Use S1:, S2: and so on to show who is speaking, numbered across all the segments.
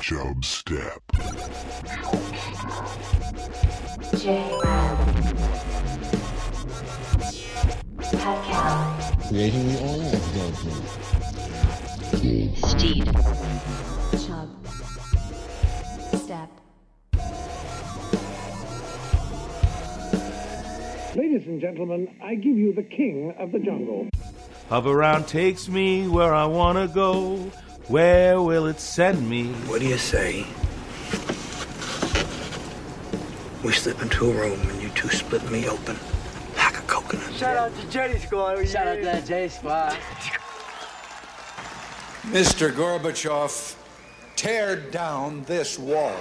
S1: Job Step.
S2: Creating the oil of judgment.
S3: Steed. Chub. Step.
S4: Ladies and gentlemen, I give you the king of the jungle.
S5: Hub around takes me where I wanna go. Where will it send me?
S6: What do you say? We slip into a room and you two split me open. Pack a coconut.
S7: Shout out to Jetty Squad. Shout out to that J Squad.
S8: Mr. Gorbachev, tear down this wall.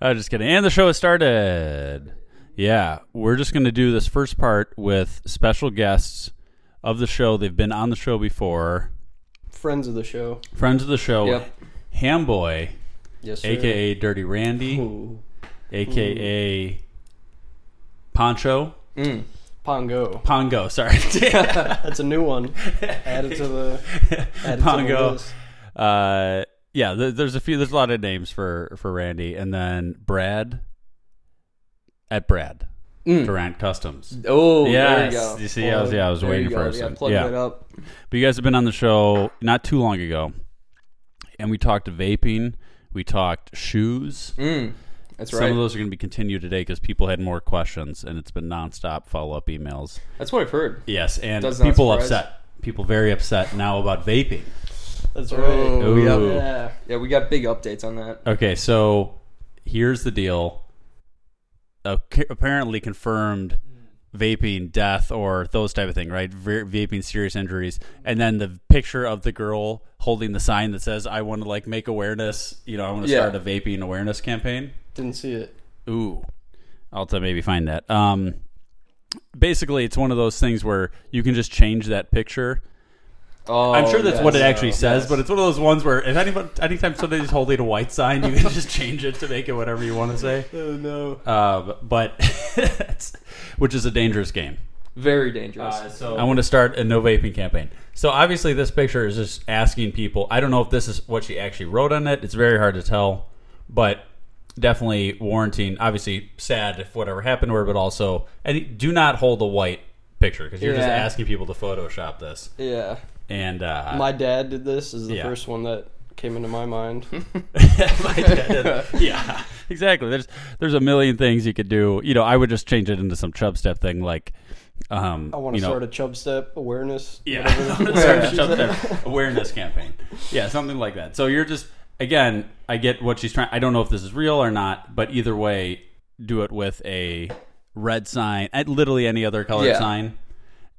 S9: I'm Uh, just kidding. And the show has started. Yeah, we're just going to do this first part with special guests of the show. They've been on the show before.
S10: friends of the show.
S9: Friends of the show,
S10: Yep.
S9: Hamboy,
S10: Yes, sir.
S9: aka Dirty Randy,
S10: Ooh. Hmm.
S9: aka Poncho,
S10: Mm. Pongo.
S9: Pongo. Sorry,
S10: That's a new one. Added to the added To the
S9: Pongo.
S10: list.
S9: Uh, yeah, th- there's a few. There's a lot of names for for Randy, and then Brad at Brad Durant Customs.
S10: Mm. Oh, there
S9: Yes.
S10: you go.
S9: You see, I was- yeah, I was
S10: There
S9: waiting
S10: you go.
S9: for us
S10: Yeah,
S9: to-
S10: plugged
S9: yeah.
S10: it up.
S9: But you guys have been on the show not too long ago, and we talked vaping. We talked shoes.
S10: Mm, That's
S9: Some
S10: right.
S9: of those are going to be continued today because people had more questions, and it's been nonstop follow up emails.
S10: That's what I've heard.
S9: Yes, and
S10: Does not
S9: people
S10: surprise.
S9: upset. People very upset now about vaping.
S10: That's right.
S9: Ooh.
S10: Yeah. Yeah, we got big updates on that.
S9: Okay, so here's the deal. Ac- apparently confirmed vaping death or those type of thing, right? Ver- vaping serious injuries, and then the picture of the girl holding the sign that says, "I want to like make awareness. You know, I want to
S10: Yeah.
S9: start a vaping awareness campaign."
S10: Didn't see it.
S9: Ooh, I'll have to maybe find that. Um, basically, it's one of those things where you can just change that picture.
S10: Oh,
S9: I'm sure that's what it
S10: yes.
S9: actually says, but it's one of those ones where if anyone, anytime somebody's holding a white sign, you can just change it to make it whatever you want to say.
S10: Oh no.
S9: Um, but it's- which is a dangerous game.
S10: Very dangerous.
S7: Uh,
S9: I want to start a no vaping campaign. So obviously, this picture is just asking people. I don't know if this is what she actually wrote on it. It's very hard to tell, but definitely warranting. Obviously, sad if whatever happened to her, but also, and do not hold a white picture because you're just
S10: Yeah.
S9: asking people to Photoshop this.
S10: yeah.
S9: And uh,
S10: My dad did this. Is the
S9: Yeah.
S10: first one that came into my mind.
S9: My dad did- yeah, exactly. There's there's a million things you could do. You know, I would just change it into some chub step thing, like um,
S10: I want to
S9: you know,
S10: start a chub step awareness.
S9: yeah,
S10: whatever.
S9: Start a chub step awareness campaign. Yeah, something like that. So you're just again, I get what she's trying. I don't know if this is real or not, but either way, do it with a red sign, at literally any other colored
S10: Yeah.
S9: sign,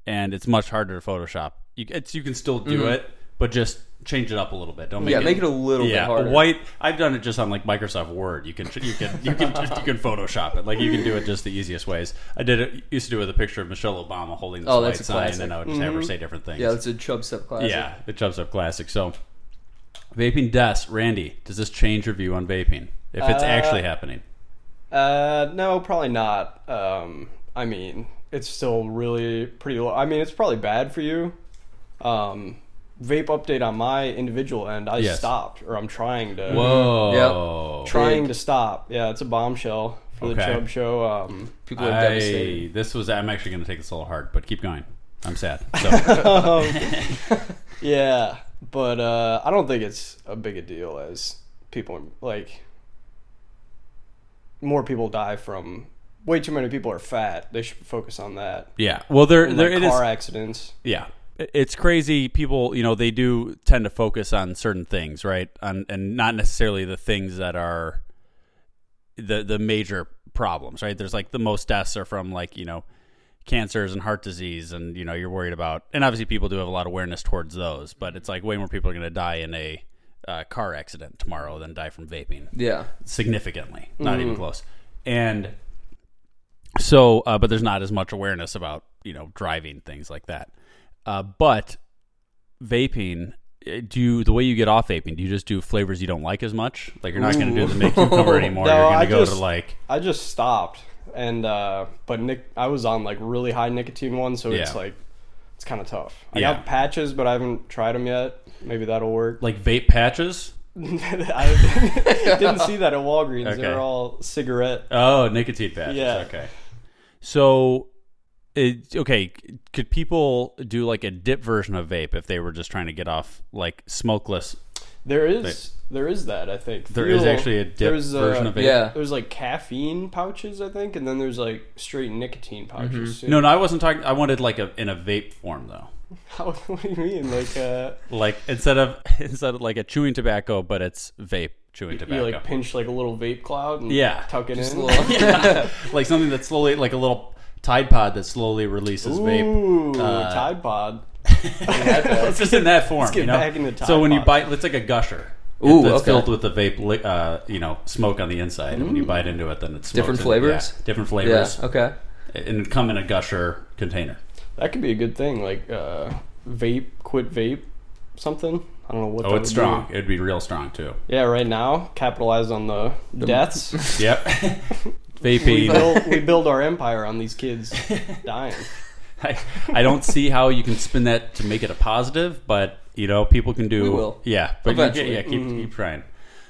S9: and it's much harder to Photoshop. You, it's you can still do it, but just change it up a little bit. Don't make
S10: Mm-hmm. Yeah,
S9: it,
S10: make it a little bit
S9: yeah,
S10: harder.
S9: White. I've done it just on like Microsoft Word. You can you can you can you can Photoshop it. Like you can do it just the easiest ways. I did it. Used to do it with a picture of Michelle Obama holding this
S10: Oh,
S9: white
S10: that's a
S9: sign,
S10: classic. Mm-hmm.
S9: and I would just have her say different things.
S10: yeah, that's a chub step class.
S9: Yeah, it jumps up classic. So, vaping deaths. Randy, does this change your view on vaping if it's actually happening?
S10: Uh, no, probably not. Um, I mean, it's still really pretty low. I mean, it's probably bad for you. Um, vape update on my individual end. I
S9: Yes.
S10: stopped, or I'm trying to.
S9: Whoa!
S10: Trying to stop. Yeah, it's a bombshell for the
S9: Okay.
S10: Chubb Show. Um,
S9: I-
S10: people are devastated.
S9: this was. I'm actually going to take this a little hard, but keep going. I'm sad. So,
S10: Yeah, but uh, I don't think it's a big a deal as people like more people die from. Way too many people are fat. They should focus on that.
S9: yeah. Well, there,
S10: And,
S9: there
S10: like,
S9: it is.
S10: car accidents.
S9: Yeah. I- It's crazy. People, you know, they do tend to focus on certain things, right? On, and not necessarily the things that are the the major problems, right? There's like the most deaths are from like, you know, cancers and heart disease and you know, you're worried about and obviously people do have a lot of awareness towards those, but it's like way more people are going to die in a uh, car accident tomorrow than die from vaping
S10: Yeah.
S9: significantly, not
S10: Mm-hmm.
S9: even close. And so, uh, but there's not as much awareness about you know driving things like that. Uh, but vaping, eh, do you, the way you get off vaping? Do you just do flavors you don't like as much? Like you're not going to do the mint cucumber anymore.
S10: No,
S9: you're going
S10: I
S9: to go
S10: just-
S9: to like
S10: I just stopped, and uh, but Nick, I was on like really high nicotine one, so it's
S9: Yeah.
S10: like It's kind of tough. I
S9: Yeah.
S10: got patches, but I haven't tried them yet. Maybe that'll work.
S9: Like vape patches?
S10: I didn't see that at Walgreens.
S9: Okay.
S10: They're all cigarette.
S9: Oh, nicotine patches.
S10: Yeah.
S9: Okay. So, it, okay, c- could people do like a dip version of vape if they were just trying to get off like smokeless?
S10: There is there is that I think.
S9: There is
S10: Fuel-
S9: actually a dip
S10: there's, uh,
S9: version of vape.
S6: Yeah.
S10: There's like caffeine pouches, I think, and then there's like straight nicotine pouches. too.
S9: No, no, I wasn't talking. I wanted like a in a vape form though.
S10: How, what do you mean? Like, uh,
S9: Like instead of instead of like a chewing tobacco, but it's vape chewing
S10: you
S9: tobacco.
S10: like pinch like a little vape cloud and
S9: Yeah.
S10: tuck it in.
S9: Yeah. like something that slowly, like a little Tide Pod that slowly releases vape.
S10: Ooh,
S9: Uh,
S10: Tide Pod.
S9: It's just in that form,
S10: get
S9: you know.
S10: back into Tide
S9: so when you
S10: Pod.
S9: bite, it's like a gusher.
S6: Ooh,
S9: it's
S6: okay.
S9: filled with the vape, li- uh, you know, smoke on the inside. And when you bite into it, then it's
S6: Mm. Different flavors?
S9: different
S6: Yeah.
S9: flavors.
S6: Okay.
S9: and it'd come in a gusher container.
S10: That could be a good thing. Like, uh, vape, quit vape, something. I don't know what.
S9: Oh,
S10: that would be.
S9: it's strong. It'd be real strong too.
S10: Yeah, right now, capitalize on the deaths.
S9: Yep.
S10: we,
S9: Vaping.
S10: build, we build our empire on these kids dying.
S9: I, I don't see how you can spin that to make it a positive, but you know, people can do.
S6: We will.
S9: Yeah, but you-
S6: Eventually.
S9: yeah, keep, keep trying.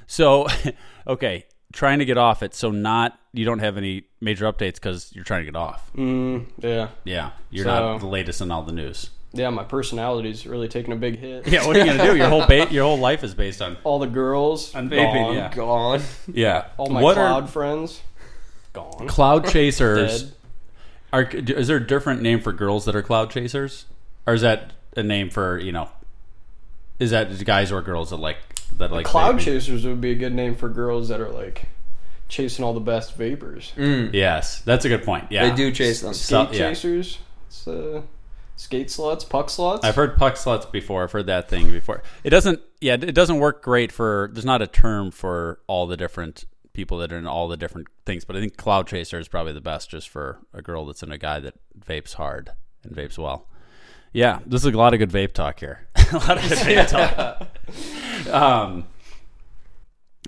S9: So, okay, trying to get off it. So not you don't have any major updates because you're trying to get off.
S10: Mm, yeah,
S9: Yeah, you're
S10: So-
S9: not the latest in all the news.
S10: yeah. My personality's really taking a big hit.
S9: Yeah, what are you gonna do? Your whole ba- your whole life is based on.
S10: All the girls
S9: On vaping,
S10: gone.
S9: yeah.
S6: Gone.
S9: Yeah,
S10: All my
S9: what
S10: cloud
S9: are
S10: friends gone.
S9: cloud chasers?
S10: Dead.
S9: Are is there a different name for girls that are cloud chasers, or is that a name for you know? Is that guys or girls that like that like
S10: Cloud
S9: vaping?
S10: chasers would be a good name for girls that are like chasing all the best vapors.
S9: Yes, that's a good point. Yeah,
S6: They do chase them.
S9: So-
S10: Skate
S9: yeah.
S10: chasers, it's, uh, skate sluts, puck sluts.
S9: I've heard puck sluts before. I've heard that thing before. It doesn't. Yeah, it doesn't work great for. There's not a term for all the different people that are in all the different things. But I think cloud chaser is probably the best, just for a girl that's in a guy that vapes hard and vapes well. Yeah, this is a lot of good vape talk here. a lot of good vape talk. Um,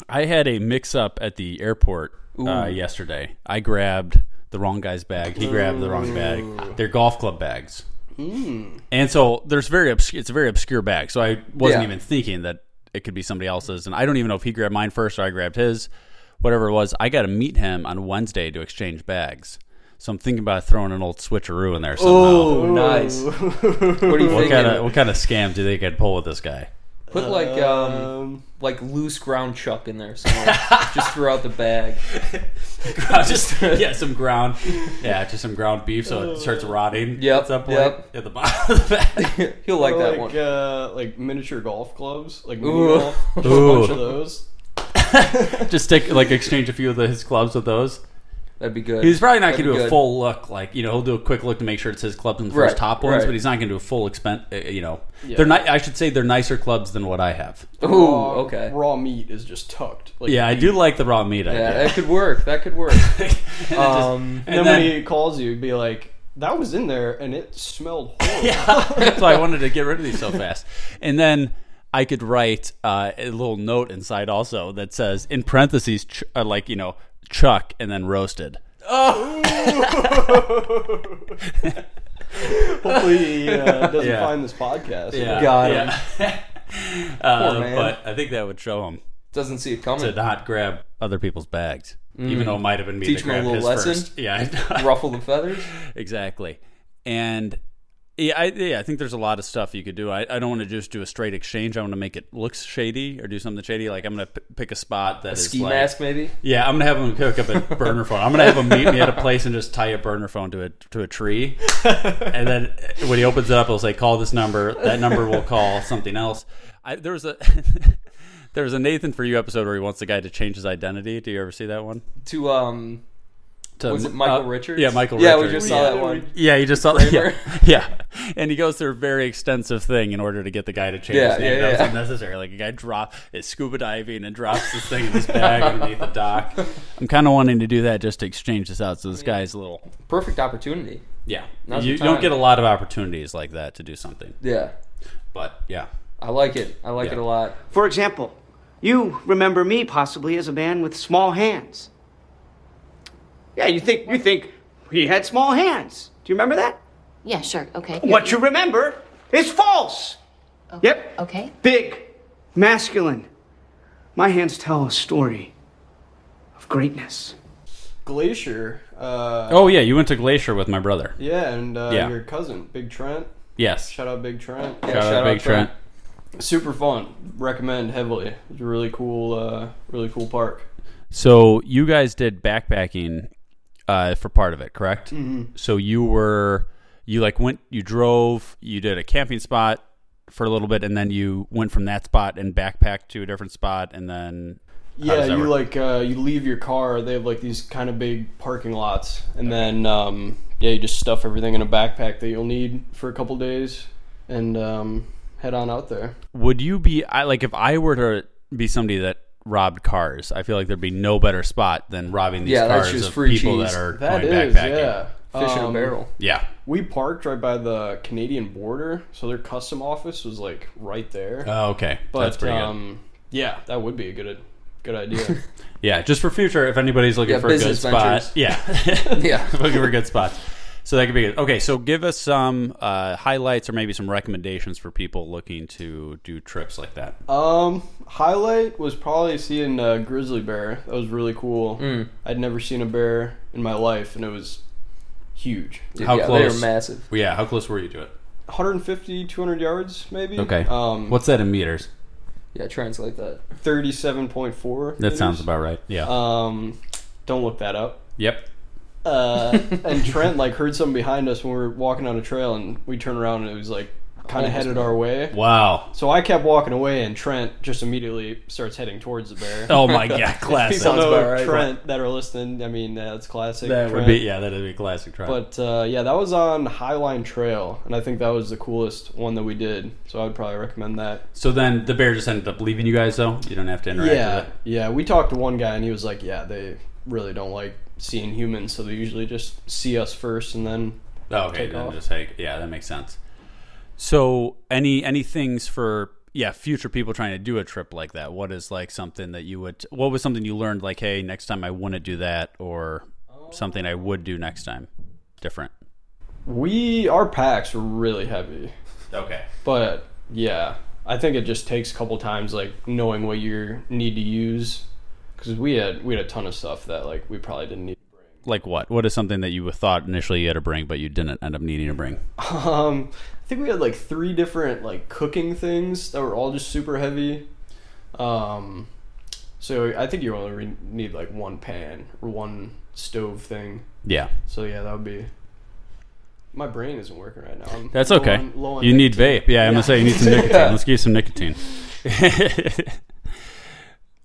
S9: I had a mix up at the airport uh, yesterday. I grabbed the wrong guy's bag. He grabbed the wrong bag. They're golf club bags.
S6: Hmm.
S9: And so there's very obscure, it's a very obscure bag. So I wasn't
S6: Yeah.
S9: even thinking that it could be somebody else's. And I don't even know if he grabbed mine first or I grabbed his, whatever it was. I got to meet him on Wednesday to exchange bags. So I'm thinking about throwing an old switcheroo in there somehow.
S6: Oh, nice. What are you
S9: what
S6: thinking?
S9: kind of what kind of scam do you think I could pull with this guy?
S6: Put like um
S10: Um,
S6: like loose ground chuck in there somewhere. Just throw out the bag.
S9: just yeah, some ground, yeah, just some ground beef, so it starts rotting.
S6: Uh, Yep,
S9: at some point
S6: yep.
S9: at the bottom of the bag.
S6: He'll like that
S10: like
S6: one.
S10: uh, like miniature golf clubs, like mini
S6: Ooh.
S10: golf, just a
S9: Ooh.
S10: bunch of those.
S9: just stick like exchange a few of the, his clubs with those.
S6: That'd be good.
S9: He's probably not
S6: That'd
S9: going
S6: be
S9: to do a
S6: good.
S9: full look, like you know, he'll do a quick look to make sure it says clubs in the first
S6: Right,
S9: top ones,
S6: right.
S9: but he's not going to do a full expense. Uh, you know, they're not. I should say they're nicer clubs than what I have.
S6: Ooh,
S10: Raw-
S6: okay.
S10: Raw meat is just tucked. Like,
S9: Yeah, I do like the raw meat
S6: Yeah,
S9: idea.
S6: that could work. That could work. um,
S10: And, then,
S9: and
S10: when
S9: then-
S10: he calls you, be like, "That was in there, and it smelled horrible."
S9: so I wanted to get rid of these so fast. And then I could write uh, a little note inside also that says in parentheses, ch- uh, like you know, Chuck, and then roasted.
S10: Hopefully, he uh, doesn't
S9: Yeah.
S10: find this podcast.
S6: Got him.
S9: Uh,
S6: Poor man.
S9: But I think that would show him
S6: Doesn't see it
S9: to
S6: coming.
S9: not grab other people's bags, even though it might have been me.
S6: Mm. Teach
S9: that
S6: him a
S9: grabbed
S6: little
S9: his
S6: lesson.
S9: first. Yeah,
S6: Ruffle the feathers.
S9: exactly. And yeah, I, yeah, I think there's a lot of stuff you could do. I, I don't want to just do a straight exchange. I want to make it look shady or do something shady. Like I'm going to p- pick a spot that is
S6: Ski
S9: like,
S6: mask, maybe.
S9: Yeah, I'm gonna have him hook up a burner phone. I'm gonna have him meet me at a place and just tie a burner phone to a to a tree, and then when he opens it up, he'll say, "Call this number." That number will call something else. I, there was a there was a Nathan for You episode where he wants the guy to change his identity. Do you ever see that one?
S6: To um,
S9: To,
S6: was it Michael
S9: uh,
S6: Richards?
S9: Yeah, Michael.
S6: Yeah,
S9: Richards.
S6: we just saw
S9: yeah.
S6: that one.
S9: Yeah, he just saw that. Yeah,
S6: Kramer.
S9: yeah, and he goes through a very extensive thing in order to get the guy to change
S6: Yeah,
S9: his name.
S6: yeah,
S9: that was
S6: yeah.
S9: unnecessary. Like a guy drop is scuba diving and drops this thing in his bag underneath the dock. I'm kind of wanting to do that just to exchange this out. So this guy's a little
S6: Perfect opportunity.
S9: yeah.
S6: Now's
S9: you
S6: the
S9: you
S6: time.
S9: don't get a lot of opportunities like that to do something,
S6: Yeah,
S9: but yeah.
S6: I like it. I like
S9: Yeah.
S6: it a lot.
S11: For example, you remember me possibly as a man with small hands. Yeah, you think you think he had small hands. Do you remember that?
S2: Yeah, sure. Okay.
S4: What you remember is false. Yep.
S2: Okay.
S4: Big, masculine. My hands tell a story of greatness.
S10: Glacier. Uh,
S9: Oh yeah, you went to Glacier with my brother.
S10: Yeah, and uh,
S9: Yeah.
S10: your cousin, Big Trent.
S9: Yes.
S10: Shout out Big Trent.
S9: Shout out Big Trent.
S10: Super fun. Recommend heavily. It's a really cool, uh, really cool park.
S9: So you guys did backpacking uh, for part of it, correct? Mm-hmm. So you were you like went you drove you did a camping spot for a little bit and then you went from that spot and backpacked to a different spot and then how
S10: Yeah,
S9: does that
S10: you
S9: work?
S10: like uh, you leave your car. They have like these kind of big parking lots, and then um, yeah, you just stuff everything in a backpack that you'll need for a couple days, and um, head on out there.
S9: would you be I like if I were to be somebody that robbed cars, I feel like there'd be no better spot than robbing these
S12: Yeah, that's
S9: cars
S12: just
S9: of
S12: free
S9: people
S12: cheese.
S9: that are
S10: That
S9: going
S10: is,
S9: backpacking.
S10: yeah,
S12: Fish in a
S10: Um,
S12: barrel.
S9: Yeah.
S10: We parked right by the Canadian border, so their custom office was like right there.
S9: Oh, okay.
S10: but
S9: that's pretty
S10: um, yeah, that would be a good good idea.
S9: good. Yeah, just for future if anybody's looking
S12: Yeah,
S9: for a good
S12: business
S9: spot.
S12: ventures.
S9: Yeah.
S12: Yeah.
S9: looking for good spots. So that could be good. Okay, so give us some uh, highlights or maybe some recommendations for people looking to do trips like that.
S12: Uh,
S10: Um, highlight was probably seeing a grizzly bear. That was really cool.
S9: Mm.
S10: I'd never seen a bear in my life, and it was huge.
S12: Dude,
S9: How
S12: yeah,
S9: close?
S12: They are massive.
S9: yeah, how close were you to it?
S10: 150, 200 yards, maybe.
S9: Okay.
S10: Um,
S9: What's that in meters?
S12: Yeah, translate that.
S10: 37.4.
S9: That
S10: meters.
S9: sounds about right. Yeah.
S12: Uh,
S10: Um, don't look that up.
S9: yep.
S10: Uh, and Trent like heard something behind us when we were walking on a trail, and we turned around and it was like kind of headed our way.
S9: Wow.
S10: So I kept walking away, and Trent just immediately starts heading towards the bear.
S9: Oh my god, classic.
S10: People know
S12: about right.
S10: Trent that are listening. I mean, that's classic.
S9: That would
S10: Trent.
S9: be yeah, that'd be a classic try.
S10: But uh, yeah, that was on Highline Trail, and I think that was the coolest one that we did. So I would probably recommend that.
S9: so then the bear just ended up leaving you guys though. You don't have to interact
S10: yeah,
S9: with it.
S10: yeah. We talked to one guy, and he was like, "Yeah, they really don't like seeing humans, so they usually just see us first, and then
S9: Oh, okay,
S10: Take
S9: then
S10: off.
S9: just like yeah, that makes sense. So any any things for yeah future people trying to do a trip like that? What is like something that you would? What was something you learned? Like hey, next time I wouldn't do that, or something I would do next time, different.
S10: we our packs were really heavy.
S9: Okay.
S10: But yeah, I think it just takes a couple times, like knowing what you need to use, because we had we had a ton of stuff that like we probably didn't need.
S9: Like what? What is something that you thought initially you had to bring, but you didn't end up needing to bring?
S10: Um, I think we had like three different like cooking things that were all just super heavy. Um, so I think you only re- need like one pan or one stove thing.
S9: Yeah,
S10: So yeah, that would be. My brain isn't working right now. I'm
S9: that's
S10: low
S9: okay.
S10: on- low on
S9: you need
S10: nicotine.
S9: vape. Yeah, I'm
S10: Yeah.
S9: gonna say you need some nicotine.
S10: Yeah.
S9: Let's get you some nicotine.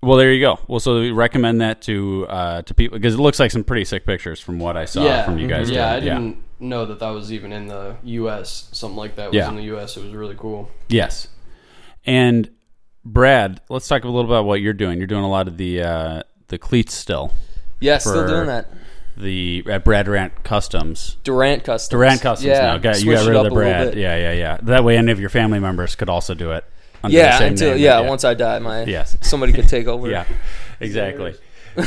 S9: well, there you go. Well, so we recommend that to uh, to people because it looks like some pretty sick pictures from what I saw uh, from you guys.
S10: mhm. Yeah, I
S9: doing-
S10: didn't know that that was even in the U.S. Something like that was
S9: Yeah.
S10: in the U.S. It was really cool.
S9: Yes. And Brad, let's talk a little about what you're doing. You're doing a lot of the uh, the cleats still.
S12: Yeah, still
S9: For-
S12: doing that.
S9: The at Brad Rant Customs.
S12: Durant customs.
S9: Durant Customs
S12: yeah,
S9: now. Got, you
S12: switched
S9: got
S12: it
S9: rid of
S12: up a
S9: the
S12: little
S9: Brad.
S12: bit.
S9: Yeah, yeah, yeah. That way any of your family members could also do it. Under the
S12: Yeah,
S9: same
S12: until
S9: name,
S12: yeah,
S9: yeah.
S12: once I die, my
S9: Yes.
S12: somebody could take over.
S9: Yeah, exactly.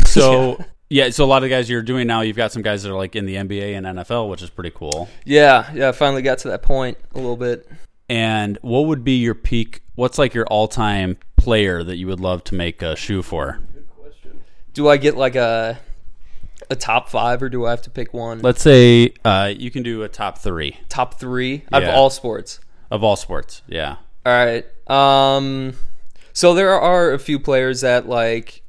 S9: So yeah, so a lot of guys you're doing now, you've got some guys that are like in the NBA and NFL, which is pretty cool.
S12: yeah, yeah. I finally got to that point a little bit.
S9: And what would be your peak? What's like your all time player that you would love to make a shoe for?
S12: Do I get like a a top five, or do I have to pick one?
S9: Let's say uh, you can do a top three
S12: top three out of
S9: Yeah.
S12: all sports.
S9: of all sports. Yeah.
S12: All right. Um, so there are a few players that like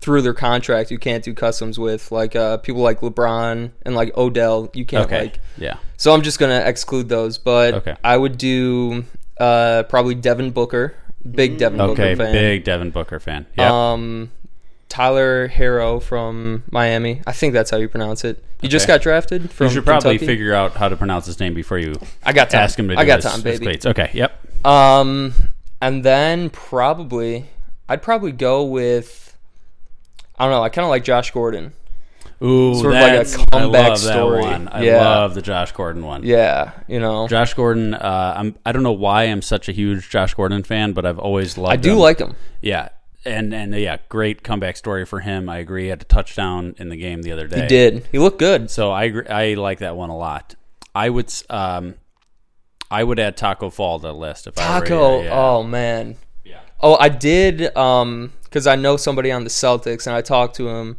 S12: through their contract you can't do customs with, like uh, people like LeBron and like Odell. You can't
S9: Okay.
S12: like.
S9: yeah.
S12: So I'm just gonna exclude those, but
S9: Okay.
S12: I would do uh, probably Devin Booker, big Devin
S9: Okay.
S12: Booker fan.
S9: Big Devin Booker fan. Yeah.
S12: Um, Tyler Harrow from Miami. I think that's how you pronounce it. He just
S9: Okay.
S12: got drafted from.
S9: you should probably
S12: Kentucky.
S9: figure out how to pronounce his name before you
S12: I got time.
S9: ask him to do
S12: I got
S9: his-
S12: time,
S9: his
S12: baby.
S9: cleats. Okay. Yep.
S12: Um, and then probably I'd probably go with I don't know. I kind of like Josh Gordon.
S9: Ooh,
S12: Sort of like a
S9: that's, I
S12: comeback
S9: love
S12: story.
S9: That one. I
S12: Yeah.
S9: love the Josh Gordon one.
S12: Yeah, you know,
S9: Josh Gordon. Uh, I'm. I don't know why I'm such a huge Josh Gordon fan, but I've always loved.
S12: I do
S9: him.
S12: like him.
S9: Yeah, and and yeah, great comeback story for him. I agree. He had a touchdown in the game the other day.
S12: He did. He looked good.
S9: So I agree, I like that one a lot. I would s- um, I would add Taco Fall to the list if I were
S8: Taco.
S9: you,
S8: Oh man. Oh, I did. Um, because I know somebody on the Celtics, and I talked to him,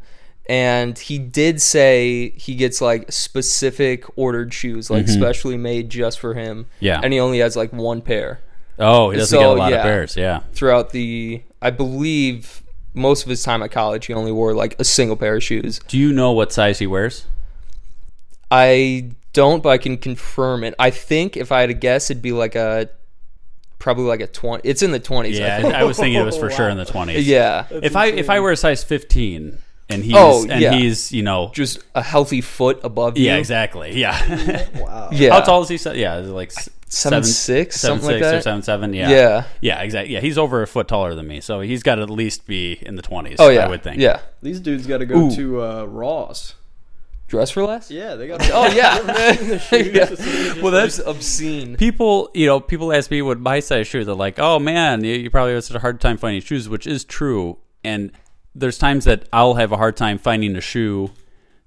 S8: and he did say he gets like specific ordered shoes, like specially made just for him.
S9: Mm-hmm. Yeah.
S8: And he only has like one pair
S9: oh, he doesn't
S8: So,
S9: get a lot
S8: yeah.
S9: of pairs. Yeah,
S8: throughout the. I believe most of his time at college, he only wore like a single pair of shoes.
S9: do you know what size he wears?
S8: I don't, but I can confirm it. I think if I had to guess, it'd be like a probably like a twenty. It's in the twenties. I
S9: Yeah,
S8: think.
S9: I was thinking it was for sure in the twenties.
S8: yeah.
S9: if I if I were a size fifteen and he's
S8: Oh,
S9: and
S8: yeah.
S9: he's you know
S8: Just a healthy foot above you.
S9: yeah exactly yeah
S8: Yeah.
S9: how tall is he se- yeah is it like s-
S8: Seven
S9: seven
S8: six,
S9: seven
S8: something like
S9: six or
S8: that.
S9: seven seven yeah
S8: Yeah.
S9: yeah exactly yeah he's over a foot taller than me so he's got to at least be in the twenties
S8: Oh yeah.
S9: I would think
S8: Yeah.
S10: These dudes got to go
S8: Ooh.
S10: to uh, Ross.
S8: Dress for less.
S10: Yeah, they got.
S8: Oh yeah. yeah. Well, that's obscene.
S9: people you know people ask me what my size shoes are like oh man you, you probably have such a hard time finding shoes which is true and there's times that i'll have a hard time finding a shoe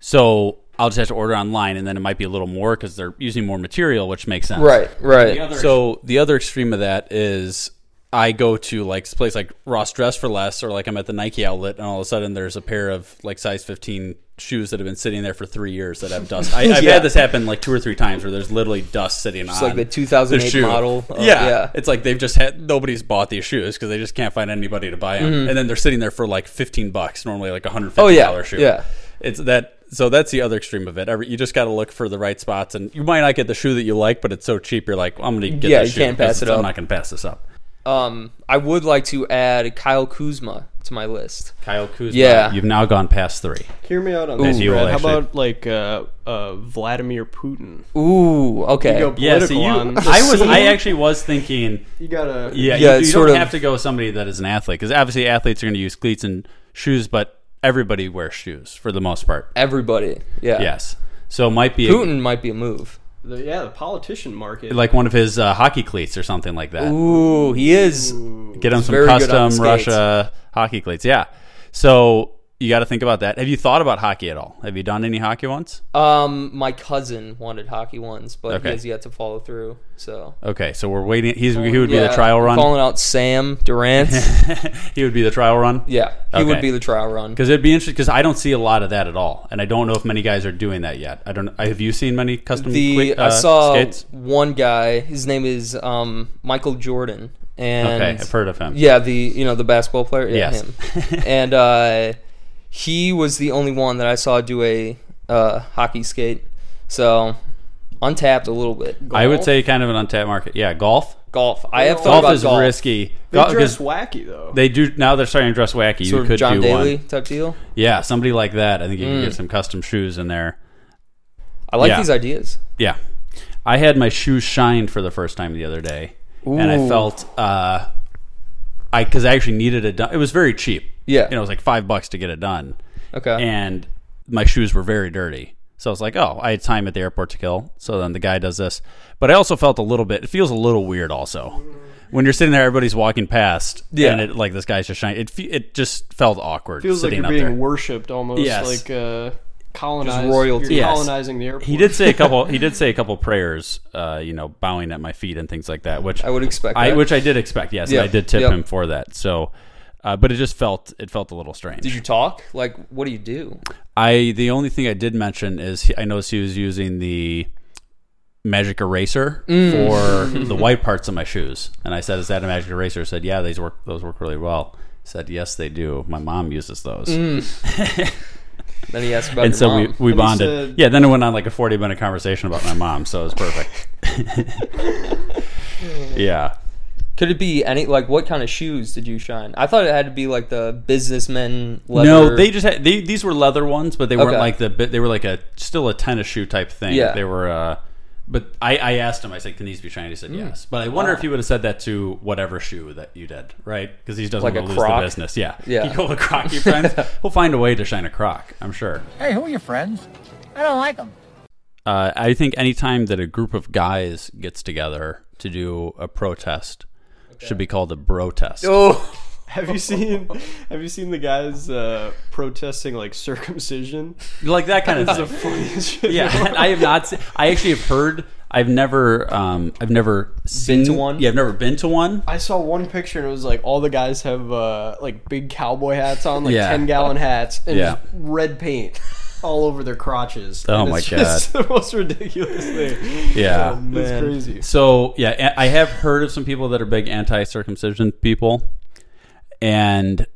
S9: so i'll just have to order online and then it might be a little more because they're using more material which makes sense
S8: Right. Right.
S9: so the other extreme of that is I go to like this place like Ross Dress for Less or like I'm at the Nike outlet and all of a sudden there's a pair of like size 15 shoes that have been sitting there for three years that have dust. I, I've
S8: Yeah.
S9: had this happen like two or three times where there's literally dust sitting on
S8: like the 2008
S9: the shoe.
S8: model of-
S9: yeah.
S8: yeah.
S9: It's like they've just had nobody's bought these shoes because they just can't find anybody to buy them. And then they're sitting there for like 15 bucks, normally like a $150
S8: Mm-hmm. Oh, yeah.
S9: shoe.
S8: Yeah.
S9: It's that. So that's the other extreme of it. Every you just got to look for the right spots, and you might not get the shoe that you like, but it's so cheap, you're like, well, I'm gonna get
S8: Yeah,
S9: this
S8: you
S9: shoe
S8: can't
S9: 'cause
S8: pass it
S9: I'm
S8: up.
S9: not gonna pass this up.
S8: Um, I would like to add Kyle Kuzma to my list.
S9: Kyle Kuzma.
S8: Yeah.
S9: you've now gone past three.
S10: Hear me out on
S9: Ooh.
S10: this,
S9: Matthew will
S10: Brad. How
S9: actually-
S10: about like uh, uh, Vladimir Putin?
S8: Ooh. Okay.
S10: go political on him.
S9: I was, I actually was thinking,
S10: You gotta.
S9: yeah,
S8: Yeah,
S9: you,
S8: it's
S9: you
S8: sort
S9: don't
S8: of-
S9: have to go with somebody that is an athlete because obviously athletes are gonna use cleats and shoes, but everybody wears shoes for the most part.
S8: Everybody. Yeah.
S9: Yes, so it might be a-
S8: Putin might be a move.
S10: The, yeah, the politician market.
S9: like one of his uh, hockey cleats or something like that.
S8: Ooh, he is.
S9: Get him some
S8: very good on
S9: custom
S8: the skates.
S9: Russia hockey cleats. Yeah. So you got to think about that. Have you thought about hockey at all? Have you done any hockey once?
S8: Um, my cousin wanted hockey ones, but
S9: Okay.
S8: he has yet to follow through. So
S9: Okay, so we're waiting. He's he would be
S8: Yeah,
S9: the trial run.
S8: Calling out Sam Durant.
S9: He would be the trial run.
S8: yeah, he
S9: Okay.
S8: would be the trial run.
S9: Because it'd be interesting. Because I don't see a lot of that at all, and I don't know if many guys are doing that yet. I don't. I- Have you seen many custom?
S8: The
S9: cle-
S8: I
S9: uh,
S8: saw
S9: skates?
S8: one guy. His name is um, Michael Jordan, and
S9: Okay, I've heard of him.
S8: Yeah, the you know the basketball player. Yeah,
S9: Yes.
S8: him. and uh, he was the only one that I saw do a uh, hockey skate. So untapped a little bit.
S9: I would say kind of an untapped market. Yeah, golf.
S8: Golf. I have thought
S9: Golf
S8: about
S9: is
S8: golf.
S9: risky.
S10: they
S9: Golf- 'cause
S10: dress wacky though.
S9: they do now. They're starting to dress wacky.
S8: Sort
S9: you
S8: of
S9: could
S8: John
S9: do
S8: Daly
S9: one.
S8: type deal.
S9: Yeah, somebody like that. I think you could get some custom shoes in there.
S8: Mm. I like
S9: Yeah.
S8: these ideas.
S9: Yeah. I had my shoes shined for the first time the other day. And I felt uh I cuz I actually needed it done. It was very cheap.
S8: Yeah.
S9: You know, it was like 5 bucks to get it done.
S8: Okay.
S9: And my shoes were very dirty. So I was like, "Oh, I had time at the airport to kill." So then the guy does this. But I also felt a little bit it feels a little weird also. When you're sitting there everybody's walking past
S8: Yeah.
S9: and it like this guy's just shining. It fe- it just felt awkward
S10: feels like
S9: sitting
S10: you're
S9: up
S10: being
S9: there.
S10: worshipped almost.
S9: Yes.
S10: Like uh, colonized.
S8: Just royalty.
S10: You're
S9: Yes.
S10: colonizing the airport.
S9: He did say a couple. He did say a couple prayers, uh, you know, bowing at my feet and things like that, which
S8: I would expect
S9: I,
S8: that.
S9: which I did expect. Yes,
S8: Yeah,
S9: and I did tip
S8: yeah.
S9: him for that. So, uh, but it just felt it felt a little strange.
S8: Did you talk? Like, what do you do?
S9: I the only thing I did mention is he, I noticed he was using the magic eraser
S8: Mm.
S9: for the white parts of my shoes, and I said, "Is that a magic eraser?" He said, "Yeah, these work. Those work really well." I said, "Yes, they do. My mom uses those."
S8: Mm. Then he asked about
S9: and
S8: your
S9: so
S8: mom.
S9: we, we bonded.
S10: said-
S9: yeah, then it went on like a 40 minute conversation about my mom, so it was perfect. yeah.
S8: Could it be any? Like, what kind of shoes did you shine? I thought it had to be like the businessmen. Leather.
S9: No, they just had they, these were leather ones, but they weren't
S8: Okay.
S9: like the bit- they were like a still a tennis shoe type thing.
S8: Yeah.
S9: They were uh but I, I asked him, I said, Can these be shiny? He said
S8: Hmm.
S9: yes. But I wonder if he would have said that to whatever shoe that you did, right? Because he doesn't
S8: Like
S9: want
S8: a
S9: to lose the
S8: Croc?
S9: business. Yeah.
S8: Yeah.
S9: You go with croc your friends. He'll find a way to shine a croc, I'm sure.
S4: Hey, who are your friends? I don't like them.
S9: Uh, I think any time that a group of guys gets together to do a protest should be called a bro test.
S8: Oh,
S10: Have you seen Have you seen the guys uh, protesting like circumcision?
S8: like that kind of
S10: It's the
S8: stuff.
S10: funniest shit.
S8: Yeah, I have not. Se- I actually have heard. I've never. Um, I've never seen
S13: to one? Oh,
S8: Yeah, I've never been to one.
S10: I saw one picture and it was like all the guys have uh, like big cowboy hats on, like
S8: Yeah.
S10: ten gallon hats, and
S8: Yeah.
S10: just red paint all over their crotches.
S8: Oh
S10: And
S8: my Ah,
S10: it's just the most ridiculous thing. Oh,
S8: Yeah.
S10: it's crazy.
S8: So yeah, a- I have heard of some people that are big anti-circumcision people, and.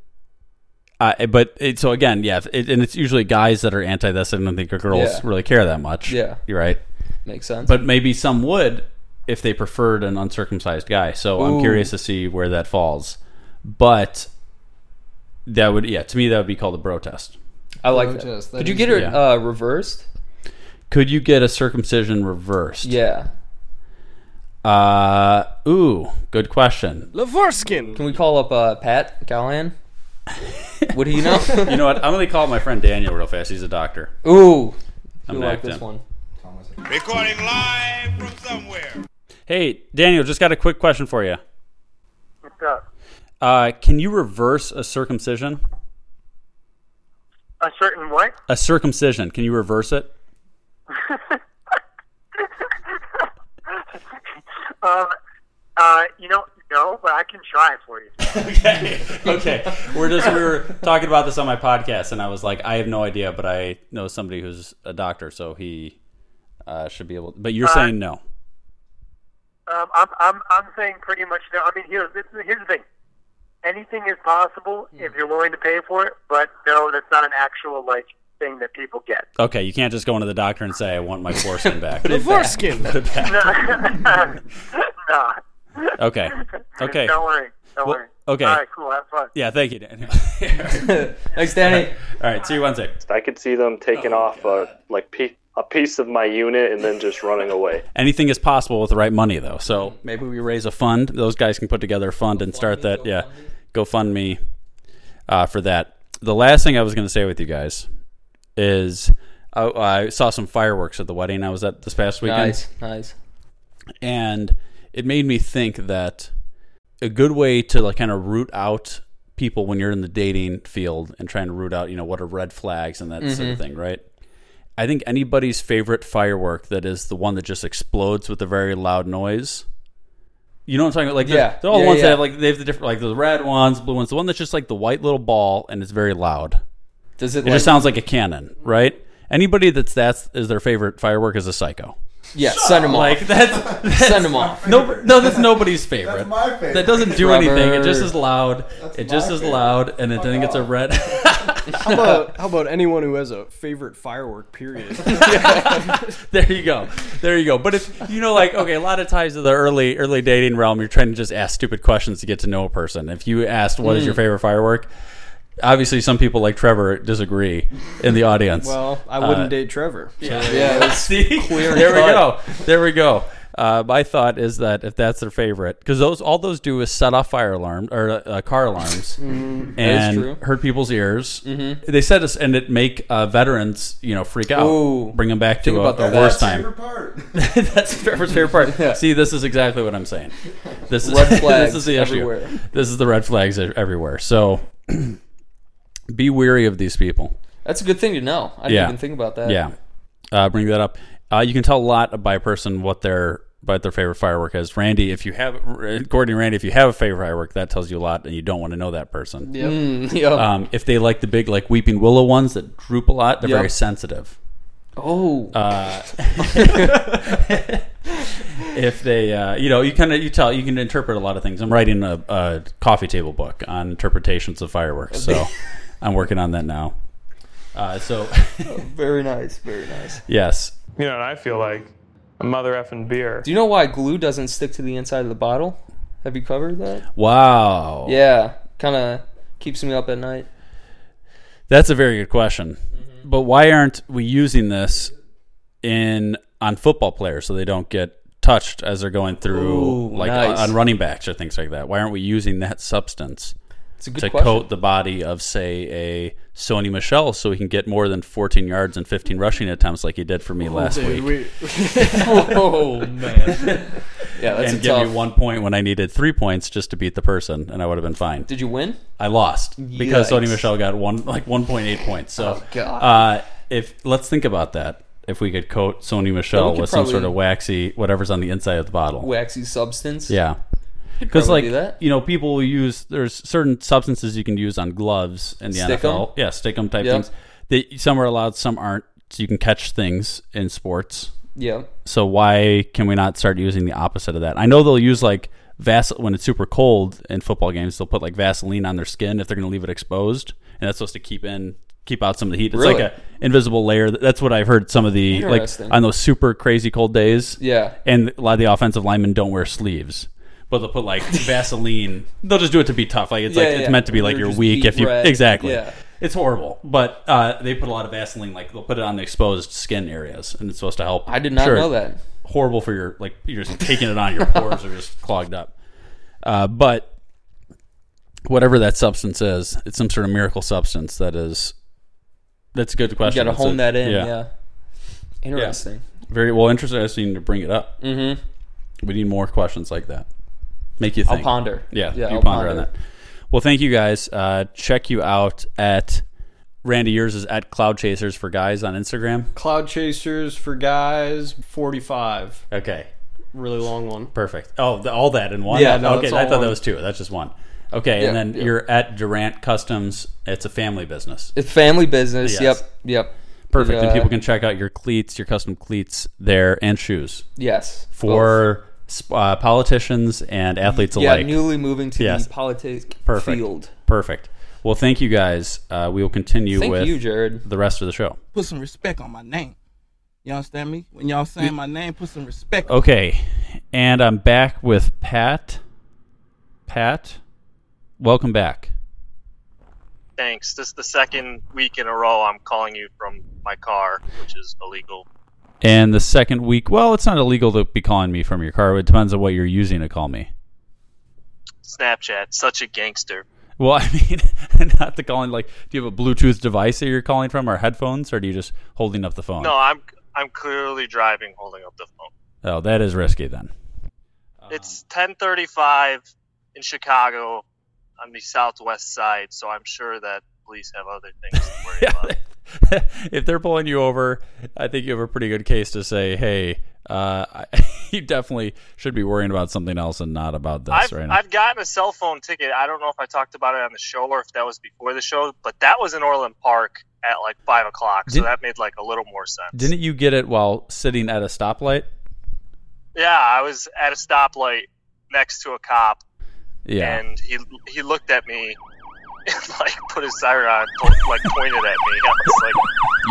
S8: Uh, but it, so again, yeah, it, and it's usually guys that are anti this. I don't think girls
S13: Yeah.
S8: really care that much.
S13: Yeah.
S8: you're right.
S13: Makes sense.
S8: But maybe some would if they preferred an uncircumcised guy. So I'm
S13: Ooh.
S8: curious to see where that falls. But that would yeah, to me that would be called a protest.
S13: I like that.
S10: Protest, that
S13: Could you
S10: is-
S13: get it
S8: yeah.
S13: uh, reversed?
S8: Could you get a circumcision reversed?
S13: Yeah.
S8: Uh ooh, good question.
S13: Can we call up uh, Pat Callahan? Would he know?
S8: You know what? I'm gonna call my friend Daniel real fast. He's a doctor.
S13: Ooh,
S8: I'm
S13: you
S8: gonna
S13: like
S8: act
S13: this
S8: him.
S13: one?
S5: Recording live from somewhere.
S8: Hey, Daniel, just got a quick question for you.
S14: What's up?
S8: Uh, can you reverse a circumcision?
S14: A certain what?
S8: A circumcision, can you reverse it?
S14: Um, uh, you know, no, but I can try it for you.
S8: okay. Okay. We're just we were talking about this on my podcast, and I was like, I have no idea, but I know somebody who's a doctor, so he uh, should be able. But you're saying no.
S14: Um, I'm, I'm, I'm saying pretty much no. I mean, here's, this, here's the thing. Anything is possible
S13: Hmm.
S14: if you're willing to pay for it, but no, that's not an actual like thing that people get.
S8: Okay, you can't just go into the doctor and say I want my foreskin back. Put it
S14: No,
S8: back.
S14: nah.
S8: Okay. Okay.
S14: Don't worry. Don't
S8: Well,
S14: worry.
S8: okay.
S14: All right. Cool. Have fun.
S8: Yeah. Thank you, Daniel.
S13: Thanks, Danny.
S8: All right. See you Wednesday.
S15: I could see them taking
S8: Oh,
S15: off a like pe- a piece of my unit and then just running away.
S8: Anything is possible with the right money, though. So maybe we raise a fund. Those guys can put together a fund and start that. Yeah, GoFundMe uh, for that. The last thing I was going to say with you guys is I, I saw some fireworks at the wedding I was at this past weekend,
S13: Nice, nice.
S8: and it made me think that a good way to like kind of root out people when you're in the dating field and trying to root out, you know, what are red flags and that sort of
S13: Mhm.
S8: thing, right? I think anybody's favorite firework that is the one that just explodes with a very loud noise. You know what I'm talking about? Like,
S13: Yeah.
S8: they're, they're all
S13: Yeah,
S8: the ones
S13: yeah.
S8: that have like they have the different like the red ones, blue ones. The one that's just like the white little ball and it's very loud.
S13: Does it?
S8: It just sounds like a cannon, right? Anybody that's that's is their favorite firework is a psycho.
S13: Yeah, send him off.
S8: Like that's, that's
S13: send him off.
S8: no, no, that's nobody's favorite. That doesn't do anything. It just is loud. it just is loud, and it, I think it's a red.
S10: How about how about anyone who has a favorite firework? Period.
S8: there you go. There you go. But if you know, like, okay, a lot of times in the early early dating realm, you're trying to just ask stupid questions to get to know a person. If you asked what is your
S13: Mm.
S8: favorite firework, obviously some people like Trevor disagree in the audience.
S10: Well, I wouldn't
S8: Uh,
S10: date Trevor. So
S13: yeah, that's
S8: See,
S13: clear and
S8: there we go.
S13: cut.
S8: There we go. Uh, my thought is that if that's their favorite, because those all those do is set off fire alarm or uh, car alarms
S13: Mm-hmm. that is
S8: and
S13: true.
S8: hurt people's ears. Mm-hmm. They said us and it make uh, veterans you know freak out,
S13: Ooh.
S8: bring them back to
S13: Think
S8: a,
S13: about
S8: a
S13: that. That's
S8: worse time. that's Trevor's favorite part. See, this is exactly what I'm saying. This is
S13: Red
S8: this
S13: flags
S8: is the issue.
S13: everywhere.
S8: This is the red flags e- everywhere. So be weary of these people.
S13: That's a good thing to know. I didn't
S8: Yeah.
S13: even think about that.
S8: Yeah, uh, bring that up. Uh, you can tell a lot by a person what their what their favorite firework is. Randy, if you have Gordon, and Randy, if you have a favorite firework, that tells you a lot, and you don't want to know that person.
S10: Yep.
S13: Mm, yeah.
S8: Um, if they like the big like weeping willow ones that droop a lot, they're
S13: Yep.
S8: very sensitive.
S13: oh,
S8: Uh, if they, uh, you know, you kind of you tell you can interpret a lot of things. I'm writing a, a coffee table book on interpretations of fireworks, so I'm working on that now. Uh, so
S13: Oh, very nice, very nice.
S8: yes,
S16: You know what I feel like? A mother effing beer.
S13: Do you know why glue doesn't stick to the inside of the bottle? Have you covered that?
S8: wow,
S13: Yeah, kind of keeps me up at night.
S8: that's a very good question. But why aren't we using this in on football players so they don't get touched as they're going through,
S13: Ooh,
S8: like
S13: nice.
S8: on running backs or things like that? Why aren't we using that substance?
S13: It's a good
S8: to
S13: question.
S8: coat the body of, say, a Sony Michelle, so he can get more than 14 yards and 15 rushing attempts, like he did for me last
S10: Dude,
S8: week.
S10: we- oh man, Yeah, that's a
S8: and give
S10: tough-
S8: me one point when I needed three points just to beat the person, and I would have been fine.
S13: Did you win?
S8: I lost because Sony
S13: Yikes.
S8: Michelle got one like one point eight points. So
S13: Oh, God.
S8: Uh, if let's think about that. If we could coat Sony Michelle
S13: could
S8: with some sort
S13: probably-
S8: of waxy whatever's on the inside of the bottle.
S13: waxy substance.
S8: uh, Yeah.
S13: Could
S8: Because
S13: probably
S8: like
S13: do that.
S8: you know, people will use there's certain substances you can use on gloves in the
S13: Stick 'em?
S8: NFL. Yeah, stick 'em type
S13: Yep.
S8: things. They, some are allowed, some aren't. So you can catch things in sports.
S13: Yeah.
S8: So why can we not start using the opposite of that? I know they'll use like Vaseline when it's super cold in football games. They'll put like Vaseline on their skin if they're going to leave it exposed, and that's supposed to keep in keep out some of the heat. It's
S13: Really?
S8: like a invisible layer. That's what I've heard. Some of the like
S13: Interesting.
S8: on those super crazy cold days.
S13: Yeah.
S8: and a lot of the offensive linemen don't wear sleeves. But they'll put like Vaseline. They'll just do it to be tough. Like it's
S13: Yeah,
S8: like
S13: yeah,
S8: it's
S13: yeah.
S8: meant to be like
S13: They're
S8: you're
S13: just
S8: weak
S13: beat
S8: if you
S13: red.
S8: exactly.
S13: Yeah.
S8: It's horrible, but uh, they put a lot of Vaseline. Like they'll put it on the exposed skin areas, and it's supposed to help. I
S13: did not know that.
S8: Horrible for your like you're just taking it on your pores are just clogged up. Uh, but whatever that substance is, it's some sort of miracle substance that is. That's a good question.
S13: You gotta
S8: That's a-
S13: hone that in. Yeah. Interesting.
S8: Yeah. Very well. Interesting. I just need to bring it up.
S13: Mm-hmm.
S8: We need more questions like that. Make you
S13: I'll
S8: think.
S13: ponder.
S8: Yeah,
S13: Yeah,
S8: you
S13: I'll
S8: ponder, on
S13: ponder.
S8: that. Well, thank you guys. Uh, check you out at Randy. Yours is at Cloud Chasers for Guys on Instagram.
S10: Cloud Chasers for guys, forty-five.
S8: Okay.
S10: Really long one.
S8: Perfect. Oh, the, all that in one.
S10: Yeah, no,
S8: okay.
S10: that's
S8: I
S10: all
S8: thought that
S10: one.
S8: was two. That's just one. Okay,
S13: Yeah,
S8: and then
S13: yeah.
S8: you're at Durant Customs. It's a family business.
S13: It's family business.
S8: Yes.
S13: Yep. Yep.
S8: Perfect.
S13: Uh,
S8: and people can check out your cleats, your custom cleats there, and shoes.
S13: Yes,
S8: For sp- uh, politicians and athletes
S13: yeah,
S8: alike.
S13: newly moving to
S8: Yes.
S13: the politic
S8: Perfect.
S13: field.
S8: Perfect. Well, thank you guys. Uh, we will continue
S17: Thank
S8: with
S17: you,
S13: Jared.
S8: the rest of the show.
S17: Put some respect on my name. You understand me? When y'all saying my name, put some respect.
S8: Okay, and I'm back with Pat. Pat, welcome back.
S9: Thanks. This is the second week in a row I'm calling you from my car, which is illegal.
S8: And the second week, well, it's not illegal to be calling me from your car. It depends on what you're using to call me.
S9: Snapchat, such a gangster.
S8: Well, I mean, not the calling. Like, do you have a Bluetooth device that you're calling from, or headphones, or do you just holding up the phone?
S9: No, I'm I'm clearly driving, holding up the phone.
S8: Oh, that is risky then. Um.
S9: It's 10:35 in Chicago, on the southwest side, so I'm sure that police have other things to worry about.
S8: if they're pulling you over, I think you have a pretty good case to say, "Hey, uh, you definitely should be worrying about something else and not about this
S9: I've,
S8: right now."
S9: I've gotten a cell phone ticket. I don't know if I talked about it on the show or if that was before the show, but that was in Orland Park at like five o'clock, so
S8: Didn't-
S9: that made like a little more sense.
S8: Didn't you get it while sitting at a stoplight?
S9: Yeah, I was at a stoplight next to a cop,
S8: Yeah.
S9: and he he looked at me, and, like put his siren on, po- like pointed at me. I was like,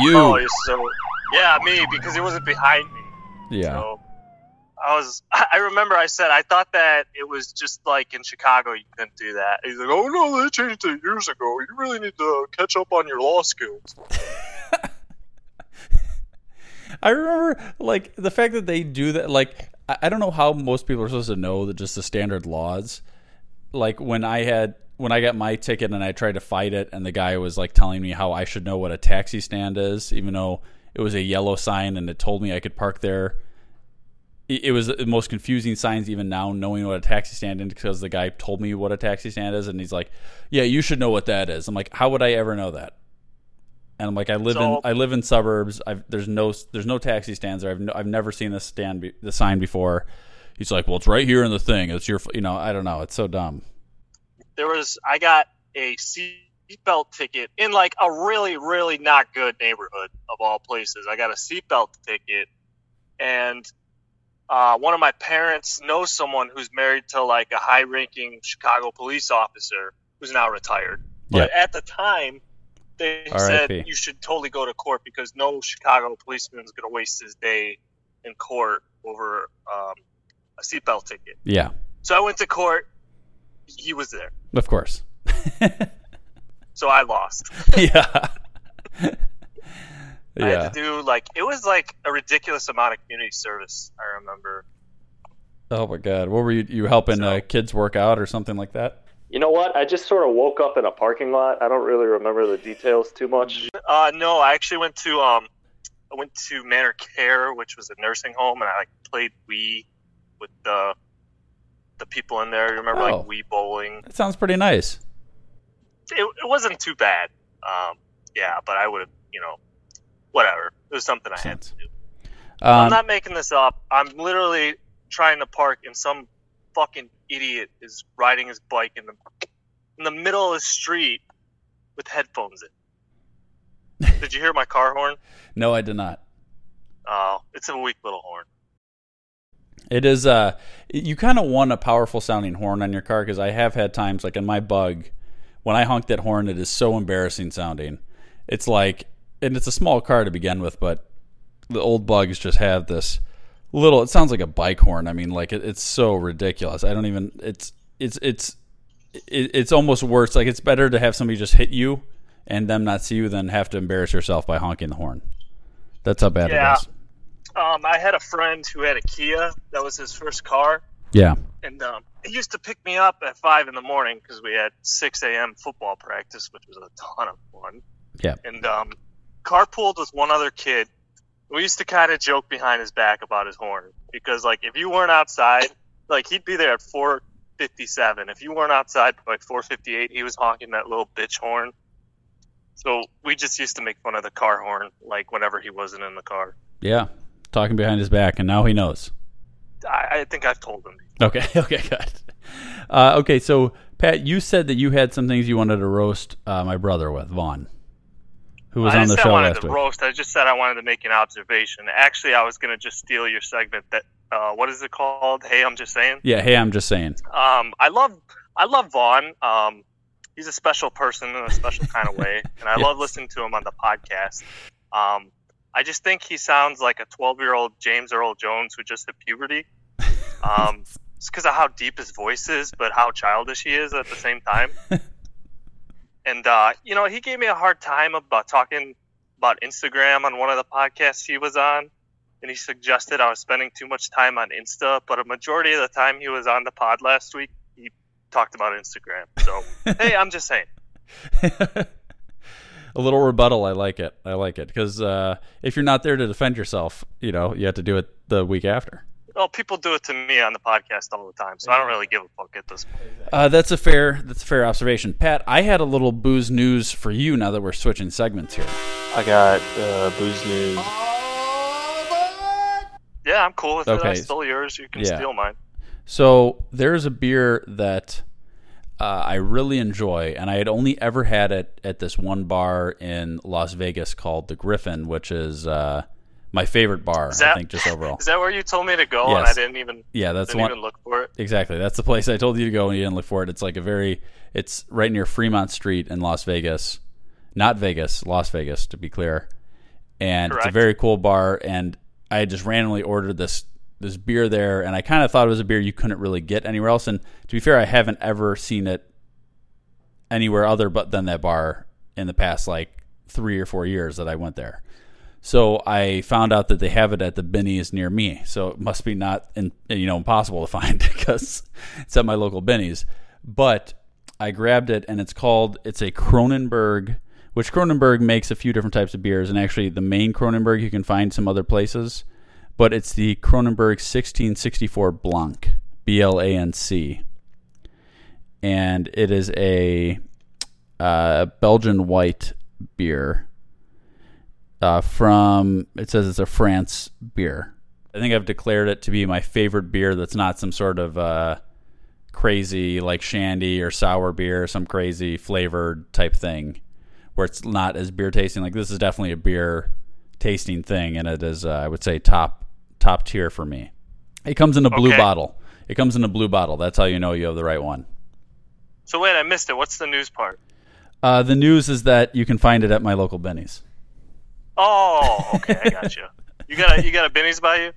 S8: You.
S9: "Oh, you're so yeah, me," because he wasn't behind me.
S8: yeah.
S9: So I was. I I remember I said I thought that it was just like in Chicago you couldn't do that. He's like, "Oh no, they changed it years ago. You really need to catch up on your law skills."
S8: I remember like the fact that they do that. Like I, I don't know how most people are supposed to know that just the standard laws. Like when I had when I got my ticket and I tried to fight it, and the guy was like telling me how I should know what a taxi stand is, even though it was a yellow sign and it told me I could park there. It it was the most confusing signs even now knowing what a taxi stand is because the guy told me what a taxi stand is and he's like, "Yeah, you should know what that is." I'm like, "How would I ever know that?" and I'm like, I live in
S9: So-
S8: I live in suburbs. I've, there's no there's no taxi stands there. I've no, I've never seen this stand be, the sign before. He's like, well, it's right here in the thing. It's your f-" you know I don't know. It's so dumb.
S9: There was I got a seatbelt ticket in like a really really not good neighborhood of all places. I got a seatbelt ticket, and uh, one of my parents knows someone who's married to like a high ranking Chicago police officer who's now retired. But at the time, they said
S8: R.I.P..
S9: you should totally go to court because no Chicago policeman is going to waste his day in court over um, a seatbelt ticket.
S8: Yeah,
S9: So I went to court. He was there.
S8: of course.
S9: So I lost.
S8: yeah.
S9: I had
S8: yeah.
S9: to do like, it was like a ridiculous amount of community service, I remember.
S8: Oh my God. What were you you helping uh, kids work out or something like that?
S15: You know what? I just sort of woke up in a parking lot. I don't really remember the details too much.
S9: Uh, no, I actually went to um, I went to Manor Care, which was a nursing home, and I like played Wii with the the people in there. You remember
S8: Oh.
S9: like Wii Bowling?
S8: That sounds pretty nice.
S9: It, it wasn't too bad. Um, yeah, but I would have, you know, whatever. It was something I had to do. I'm
S8: Um,
S9: not making this up. I'm literally trying to park, and some fucking idiot is riding his bike in the in the middle of the street with headphones in. Did you hear my car horn?
S8: no, I did not.
S9: Oh, it's a weak little horn.
S8: It is uh you kind of want a powerful sounding horn on your car because I have had times like in my bug when I honk that horn it is so embarrassing sounding. It's like and it's a small car to begin with, but the old bugs just have this little it sounds like a bike horn. I mean like it, it's so ridiculous. I don't even it's it's it's it, it's almost worse like it's better to have somebody just hit you and them not see you than have to embarrass yourself by honking the horn. That's how bad
S9: Yeah.
S8: it is.
S9: Um, I had a friend who had a Kia. That was his first car,
S8: Yeah.
S9: and um, he used to pick me up at five in the morning because we had six a.m. football practice, which was a ton of fun.
S8: Yeah.
S9: And um, carpooled with one other kid. We used to kind of joke behind his back about his horn because, like, if you weren't outside, like he'd be there at four fifty-seven. If you weren't outside by like four fifty-eight, he was honking that little bitch horn. So we just used to make fun of the car horn, like whenever he wasn't in the car.
S8: Yeah. Talking behind his back and now he knows.
S9: I, I think I've told him.
S8: Okay. Okay. Good. Uh, okay. So, Pat, you said that you had some things you wanted to roast uh, my brother with Vaughn, who was
S9: I
S8: on the
S9: just
S8: show
S9: I wanted
S8: last
S9: to
S8: week.
S9: roast. I just said I wanted to make an observation. Actually, I was going to just steal your segment. That uh, what is it called? Hey, I'm just saying.
S8: Yeah. Hey, I'm just saying.
S9: Um, I love I love Vaughn. Um, he's a special person in a special kind of way, and I love
S8: Yes.
S9: listening to him on the podcast. Um, I just think he sounds like a 12 year old James Earl Jones who just hit puberty. Um, it's because of how deep his voice is, but how childish he is at the same time. and uh, you know, he gave me a hard time about talking about Instagram on one of the podcasts he was on and he suggested I was spending too much time on Insta, but a majority of the time he was on the pod last week, he talked about Instagram. So, hey, I'm just saying.
S8: A little rebuttal. I like it. I like it because uh, if you're not there to defend yourself, you know you have to do it the week after.
S9: Well, people do it to me on the podcast all the time, so I don't really give a fuck at this point.
S8: Uh, that's a fair. That's a fair observation, Pat. I had a little booze news for you now that we're switching segments here.
S15: I got uh, booze news.
S9: Yeah, I'm cool with it. I
S8: Okay.
S9: stole yours. You can
S8: Yeah.
S9: steal mine.
S8: So there's a beer that uh, I really enjoy, and I had only ever had it at this one bar in Las Vegas called the Griffin, which is uh, my favorite bar.
S9: Is that,
S8: I think just overall.
S9: Is that where you told me to go and I
S8: Yes.
S9: didn't even
S8: yeah, that's
S9: didn't
S8: one.
S9: even look for it?
S8: Exactly, that's the place I told you to go, and you didn't look for it. It's like a very, it's right near Fremont Street in Las Vegas, not Vegas, Las Vegas to be clear. And it's a
S9: Correct.
S8: very cool bar, and I just randomly ordered this this beer there, and I kind of thought it was a beer you couldn't really get anywhere else. And to be fair, I haven't ever seen it anywhere other but than that bar in the past like three or four years that I went there. So I found out that they have it at the Benny's near me. So it must be not in, you know impossible to find because it's at my local Benny's. But I grabbed it and it's called it's a Kronenberg, which Kronenberg makes a few different types of beers and actually the main Kronenberg you can find some other places, but it's the Kronenberg 1664 Blanc, B L A N C and it is a uh, Belgian white beer uh, from. It says it's a France beer. I think I've declared it to be my favorite beer. That's not some sort of uh, crazy like shandy or sour beer, some crazy flavored type thing, where it's not as beer tasting. Like this is definitely a beer tasting thing, and it is uh, I would say top top tier for me. It comes in a blue
S9: Okay.
S8: bottle. It comes in a blue bottle. That's how you know you have the right one.
S9: So wait, I missed it. What's the news part?
S8: Uh, the news is that you can find it at my local Benny's.
S9: Oh, okay, I got you. You got a you got a Benny's by you?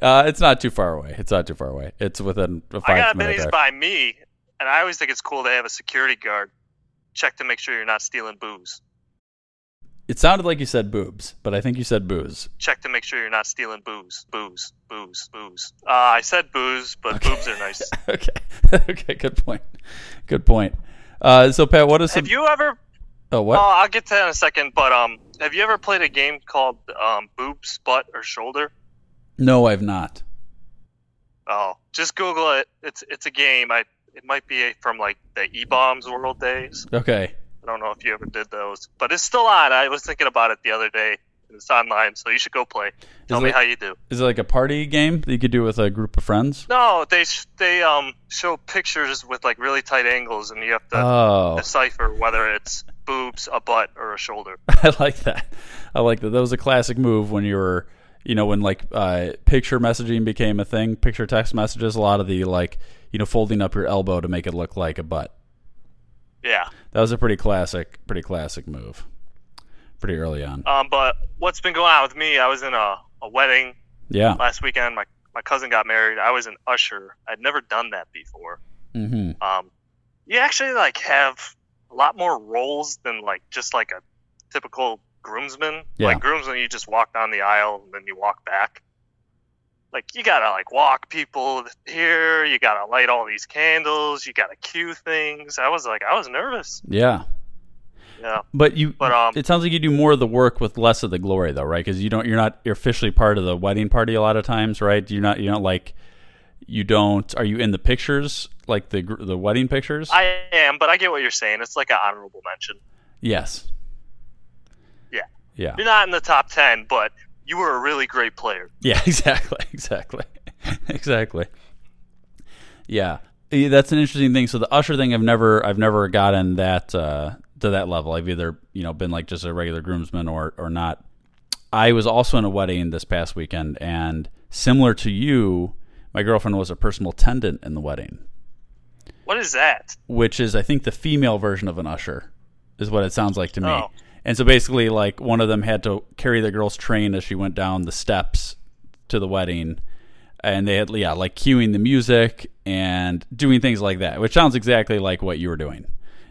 S8: Uh, it's not too far away. It's not too far away. It's within a
S9: I got
S8: five
S9: a
S8: minute
S9: Benny's
S8: drive.
S9: by me, and I always think it's cool to have a security guard check to make sure you're not stealing booze.
S8: It sounded like you said boobs, but I think you said booze.
S9: Check to make sure you're not stealing booze, booze, booze, booze. Uh, I said booze, but boobs are nice.
S8: okay. okay. Good point. Good point. Uh, so Pat, what is some?
S9: Have you ever?
S8: oh, what?
S9: Oh, I'll get to that in a second. But um, have you ever played a game called um, boobs, butt, or shoulder?
S8: no, I've not.
S9: Oh, Just Google it. It's it's a game. I it might be from like the E Bombs World days.
S8: Okay.
S9: I don't know if you ever did those, but it's still on. I was thinking about it the other day. and It's online, so you should go play. Tell
S8: Is
S9: me
S8: it-
S9: how you do.
S8: Is it like a party game that you could do with a group of friends?
S9: No, they sh- they um show pictures with like really tight angles, and you have to
S8: Oh.
S9: decipher whether it's boobs, a butt, or a shoulder.
S8: I like that. I like that. That was a classic move when you were, you know, when like uh, picture messaging became a thing. Picture text messages. A lot of the like, you know, folding up your elbow to make it look like a butt.
S9: Yeah.
S8: That was a pretty classic, pretty classic move. Pretty early on.
S9: Um, but what's been going on with me? I was in a, a wedding.
S8: Yeah.
S9: Last weekend, my my cousin got married. I was an usher. I'd never done that before.
S8: Mm-hmm.
S9: Um, you actually like have a lot more roles than like just like a typical groomsman.
S8: Yeah.
S9: Like groomsman, you just walk down the aisle and then you walk back. Like you gotta like walk people here. You gotta light all these candles. You gotta cue things. I was like, I was nervous.
S8: Yeah.
S9: Yeah.
S8: But you,
S9: But, um,
S8: it sounds like you do more of the work with less of the glory, though, right? Because you don't, you're not, you're officially part of the wedding party a lot of times, right? You're not, you're not like, you don't. Are you in the pictures, like the gr- the wedding pictures?
S9: I am, but I get what you're saying. It's like an honorable mention.
S8: yes.
S9: Yeah.
S8: Yeah.
S9: You're not in the top 10, but you were a really great player.
S8: Yeah, exactly, exactly, exactly. Yeah, Eh, that's an interesting thing. So the usher thing, I've never, I've never gotten that uh, to that level. I've either you know been like just a regular groomsman or or not. I was also in a wedding this past weekend, and similar to you, my girlfriend was a personal attendant in the wedding,
S9: What is that?
S8: which is I think the female version of an usher, is what it sounds like to me.
S9: Oh.
S8: And so basically, like one of them had to carry the girl's train as she went down the steps to the wedding, and they had yeah like cueing the music and doing things like that, which sounds exactly like what you were doing.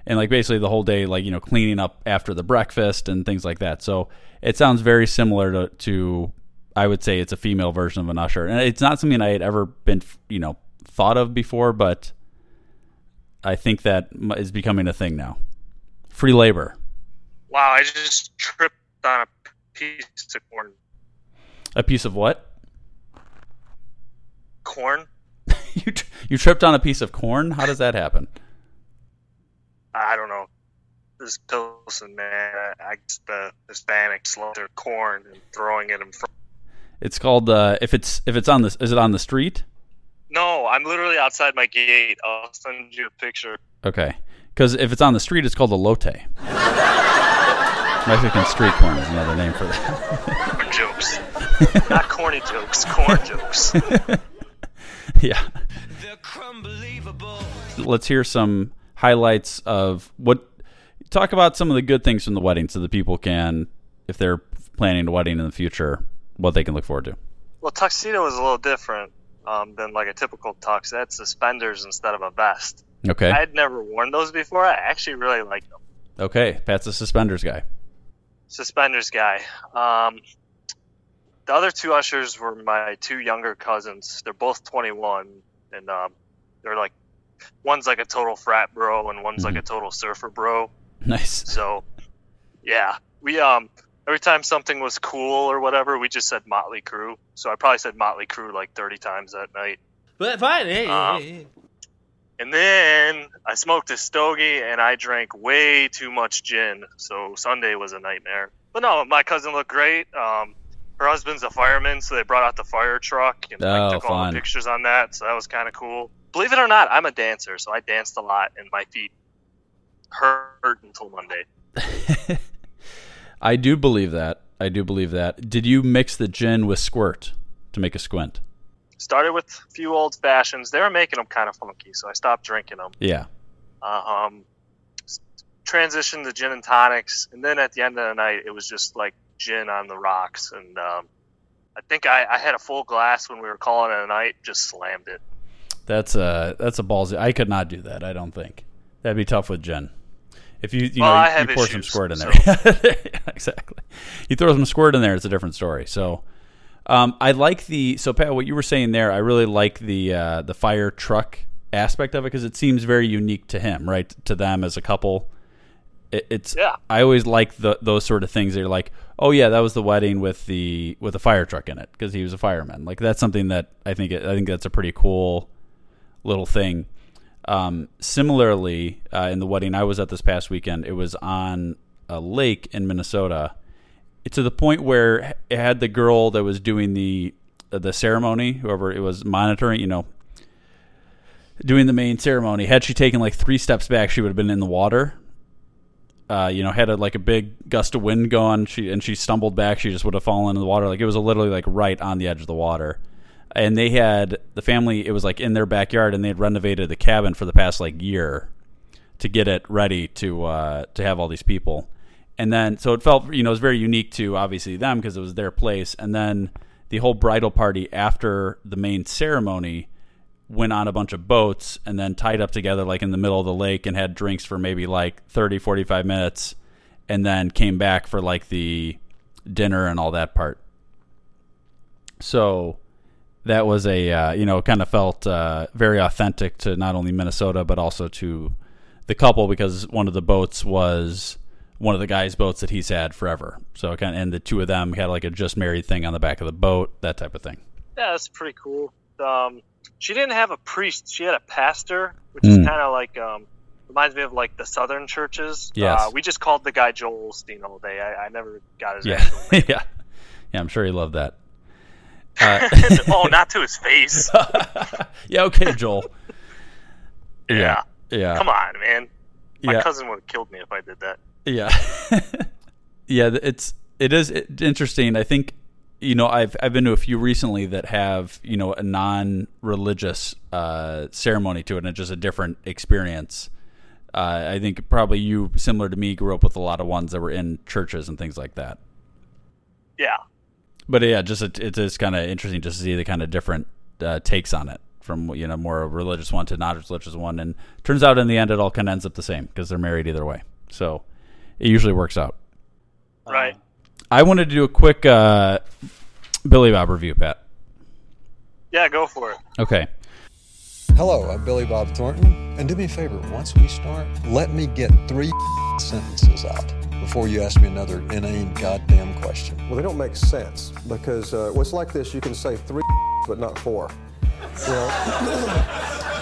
S8: And like basically the whole day, like you know, cleaning up after the breakfast and things like that. So it sounds very similar to, to I would say it's a female version of an usher, and it's not something I had ever been you know thought of before, but I think that m- is becoming a thing now. Free labor.
S9: Wow, I just tripped on a piece of corn.
S8: A piece of what?
S9: Corn?
S8: you tr- you tripped on a piece of corn? How does that happen?
S9: I don't know. This Pilsen, man, I I guess the Hispanics love their corn and throwing it in front.
S8: It's called uh, if it's if it's on this is it on the street?
S9: No, I'm literally outside my gate. I'll send you a picture.
S8: Okay, because if it's on the street, it's called a lote. Mexican street corn is another name for that.
S9: Corn jokes. Not corny jokes, corn jokes.
S8: yeah. Let's hear some highlights of what. Talk about some of the good things from the wedding, so the people can, if they're planning a wedding in the future, what they can look forward to.
S9: Well, tuxedo is a little different um, than like a typical tux. They had suspenders instead of a vest.
S8: Okay.
S9: I had never worn those before. I actually really like them.
S8: Okay, Pat's a suspenders guy.
S9: Suspenders guy. Um, the other two ushers were my two younger cousins. They're both 21, and um, they're like, one's like a total frat bro, and one's like a total surfer bro.
S8: Nice.
S9: So, yeah, we um every time something was cool or whatever, we just said Motley Crue. So I probably said Motley Crue like 30 times that night.
S17: But fine, hey,
S9: Um,
S8: Uh-huh.
S17: hey, hey.
S9: And then I smoked a stogie and I drank way too much gin. So Sunday was a nightmare. But no, my cousin looked great. Um, her husband's a fireman, so they brought out the fire truck and like,
S8: Oh,
S9: took all
S8: fun.
S9: the pictures on that. So that was kind of cool. Believe it or not, I'm a dancer, so I danced a lot and my feet hurt until Monday.
S8: I do believe that. I do believe that. Did you mix the gin with squirt to make a squint?
S9: Started with a few old fashions. They were making them kind of funky, so I stopped drinking them.
S8: Yeah.
S9: uh, um, s- transitioned to gin and tonics, and then at the end of the night, it was just like gin on the rocks. And um, I think I, I had a full glass when we were calling it a night, just slammed it.
S8: That's a that's a ballsy. I could not do that. I don't think that'd be tough with gin. If you you
S9: Well,
S8: know
S9: I
S8: you,
S9: have
S8: pour some
S9: issues,
S8: squirt in there,
S9: so-
S8: Yeah, exactly. You throw some squirt in there, it's a different story. So, um, I like the so Pat, what you were saying there. I really like the uh, the fire truck aspect of it because it seems very unique to him, right? To them as a couple, it, it's
S9: yeah.
S8: I always like the those sort of things. They're like, oh yeah, that was the wedding with the with the fire truck in it because he was a fireman. Like that's something that I think I think that's a pretty cool little thing. Um, similarly, uh, in the wedding I was at this past weekend, it was on a lake in Minnesota. To the point where it had the girl that was doing the uh, the ceremony, whoever it was monitoring, you know, doing the main ceremony. Had she taken like three steps back, she would have been in the water. Uh, you know, had a, like a big gust of wind going, she and she stumbled back. She just would have fallen in the water. Like it was literally like right on the edge of the water. And they had the family. It was like in their backyard, and they had renovated the cabin for the past like year to get it ready to uh, to have all these people. And then so it felt you know it was very unique to obviously them because it was their place. And then the whole bridal party after the main ceremony went on a bunch of boats and then tied up together like in the middle of the lake and had drinks for maybe like 30 45 minutes and then came back for like the dinner and all that part so that was a uh, you know kind of felt uh, very authentic to not only minnesota but also to the couple because one of the boats was one of the guy's boats that he's had forever so kind of and the two of them had like a just married thing on the back of the boat that type of thing
S9: Yeah, that's pretty cool. Um, she didn't have a priest; she had a pastor, which is
S8: Mm.
S9: kind of like um, reminds me of like the southern churches.
S8: Yes.
S9: Uh, we just called the guy Joel Olstein all day. I, I never got his.
S8: yeah
S9: actual
S8: yeah yeah i'm sure he loved that uh,
S9: oh, not to his face.
S8: yeah okay joel yeah yeah
S9: Come on, man. My
S8: Yeah.
S9: cousin would have killed me if I did that.
S8: Yeah. yeah, th- it's it is it- interesting. I think you know, I've I've been to a few recently that have, you know, a non-religious uh ceremony to it and it's just a different experience. Uh, I think probably you, similar to me, grew up with a lot of ones that were in churches and things like that.
S9: Yeah.
S8: But yeah, just it, it is kind of interesting just to see the kind of different uh, takes on it from you know more religious one to non-religious one, and turns out in the end it all kind of ends up the same because they're married either way, so it usually works out.
S9: Right.
S8: I wanted to do a quick uh, Billy Bob review, Pat.
S9: Yeah, go for it.
S8: Okay.
S4: Hello, I'm Billy Bob Thornton, and do me a favor, once we start, let me get three sentences out before you ask me another inane goddamn question.
S18: Well, they don't make sense because uh, well, it's like this: you can say three, but not four. You know?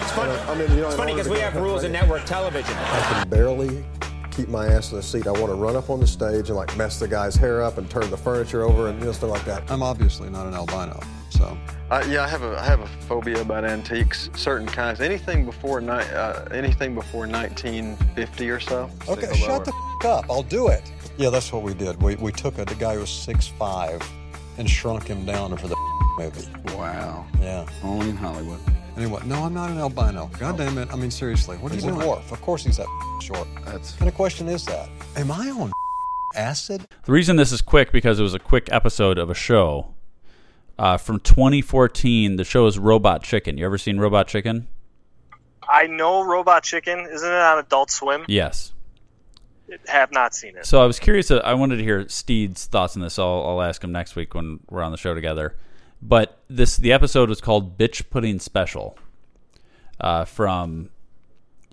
S18: it's funny. I mean, you know,
S19: It's
S18: in
S19: funny
S18: order
S19: because
S18: to
S19: we
S18: get
S19: have
S18: that
S19: rules in
S18: rating,
S19: network television.
S18: I can barely keep my ass in the seat. I want to run up on the stage and like mess the guy's hair up and turn the furniture over and you know, stuff like that.
S4: I'm obviously not an albino, so.
S20: I, yeah, I have a I have a phobia about antiques, certain kinds, anything before ni- uh, anything before 1950 or so.
S4: Okay, shut the f- up. I'll do it. Yeah, that's what we did. We, we took a, the guy who was 6'5 and shrunk him down for the f- movie. Wow. Yeah. Only in Hollywood. Anyway, no, I'm not an albino. God damn it. I mean, seriously, what are
S20: He's
S4: you
S20: a
S4: doing?
S20: dwarf.
S4: Of course he's that f- short. That's... What kind of question is that? Am I on f- acid?
S8: The reason this is quick because it was a quick episode of a show uh, from 2014. The show is Robot Chicken. You ever seen Robot Chicken?
S9: I know Robot Chicken. Isn't it on Adult Swim?
S8: Yes.
S9: Have not seen it.
S8: So I was curious. uh, I wanted to hear Steed's thoughts on this. I'll, I'll ask him next week when we're on the show together. But this the episode was called "Bitch Pudding Special" uh, from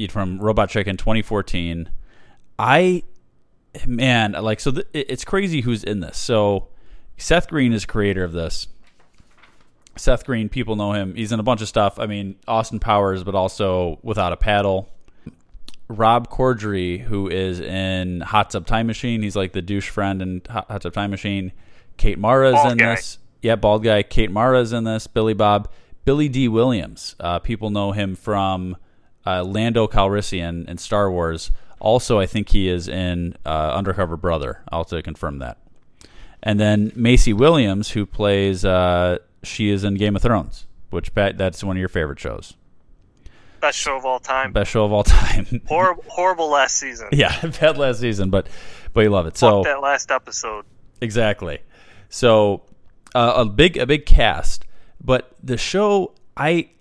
S8: from Robot Chicken 2014. I man, like so th- it- it's crazy who's in this. So Seth Green is creator of this. Seth Green, people know him. He's in a bunch of stuff. I mean, Austin Powers, but also Without a Paddle. Rob Corddry, who is in Hot Tub Time Machine. He's like the douche friend in Hot, Hot Tub Time Machine. Kate Mara's
S21: Bald
S8: in
S21: guy.
S8: this. Yeah, bald guy. Kate Mara's in this. Billy Bob. Billy D. Williams. Uh, people know him from uh, Lando Calrissian in Star Wars. Also, I think he is in uh, Undercover Brother. I'll have to confirm that. And then Macy Williams, who plays, uh, she is in Game of Thrones, which Pat, that's one of your favorite shows.
S9: Best show of all time.
S8: Best show of all time.
S9: Horrible, horrible last season.
S8: yeah, bad last season, but but you love it. So
S9: Fuck that last episode.
S8: Exactly. So uh, a big a big cast, but the show I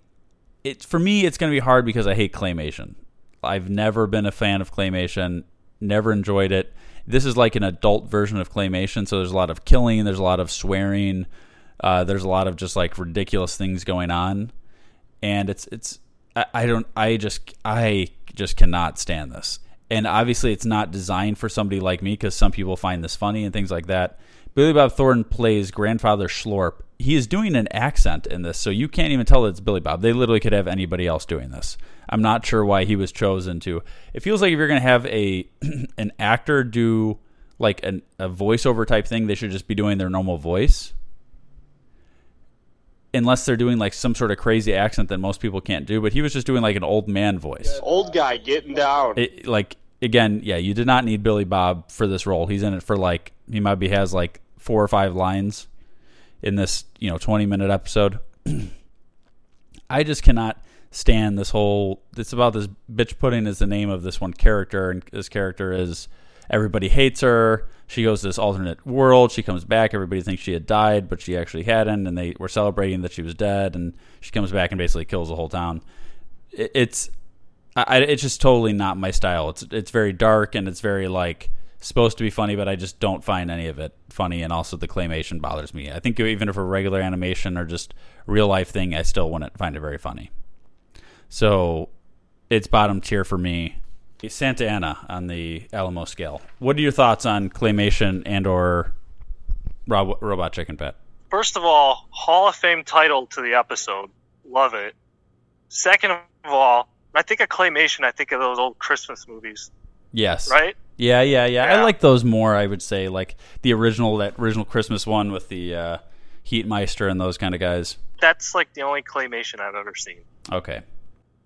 S8: it for me it's going to be hard because I hate claymation. I've never been a fan of claymation, never enjoyed it. This is like an adult version of claymation, so there's a lot of killing, there's a lot of swearing, uh, there's a lot of just like ridiculous things going on, and it's it's I, I don't I just I just cannot stand this. And obviously, it's not designed for somebody like me because some people find this funny and things like that. Billy Bob Thornton plays grandfather Schlorp. He is doing an accent in this, so you can't even tell that it's Billy Bob. They literally could have anybody else doing this. I'm not sure why he was chosen to. It feels like if you're going to have a an actor do like an, a voiceover type thing, they should just be doing their normal voice. Unless they're doing like some sort of crazy accent that most people can't do, but he was just doing like an old man voice.
S19: Old guy getting down.
S8: It, like again, yeah, you did not need Billy Bob for this role. He's in it for like he might be has like four or five lines in this you know twenty minute episode. I just cannot stand this whole. It's about this bitch pudding is the name of this one character, and this character is everybody hates her. She goes to this alternate world. She comes back. Everybody thinks she had died, but she actually hadn't, and they were celebrating that she was dead. And she comes back and basically kills the whole town. It, it's I, it's just totally not my style. It's it's very dark and it's very like supposed to be funny, but I just don't find any of it funny. And also the claymation bothers me. I think even if a regular animation or just real life thing, I still wouldn't find it very funny. So it's bottom tier for me. Santa Ana on the Alamo scale. What are your thoughts on claymation and or Rob, Robot Chicken Pet?
S9: First of all, Hall of Fame title to the episode. Love it. Second of all, I think of claymation. I think of those old Christmas movies.
S8: Yes.
S9: Right?
S8: Yeah, yeah, yeah, I like those more. I would say like the original that original Christmas one with the uh, Heatmeister and those kind of guys.
S9: That's like the only claymation I've ever seen.
S8: Okay.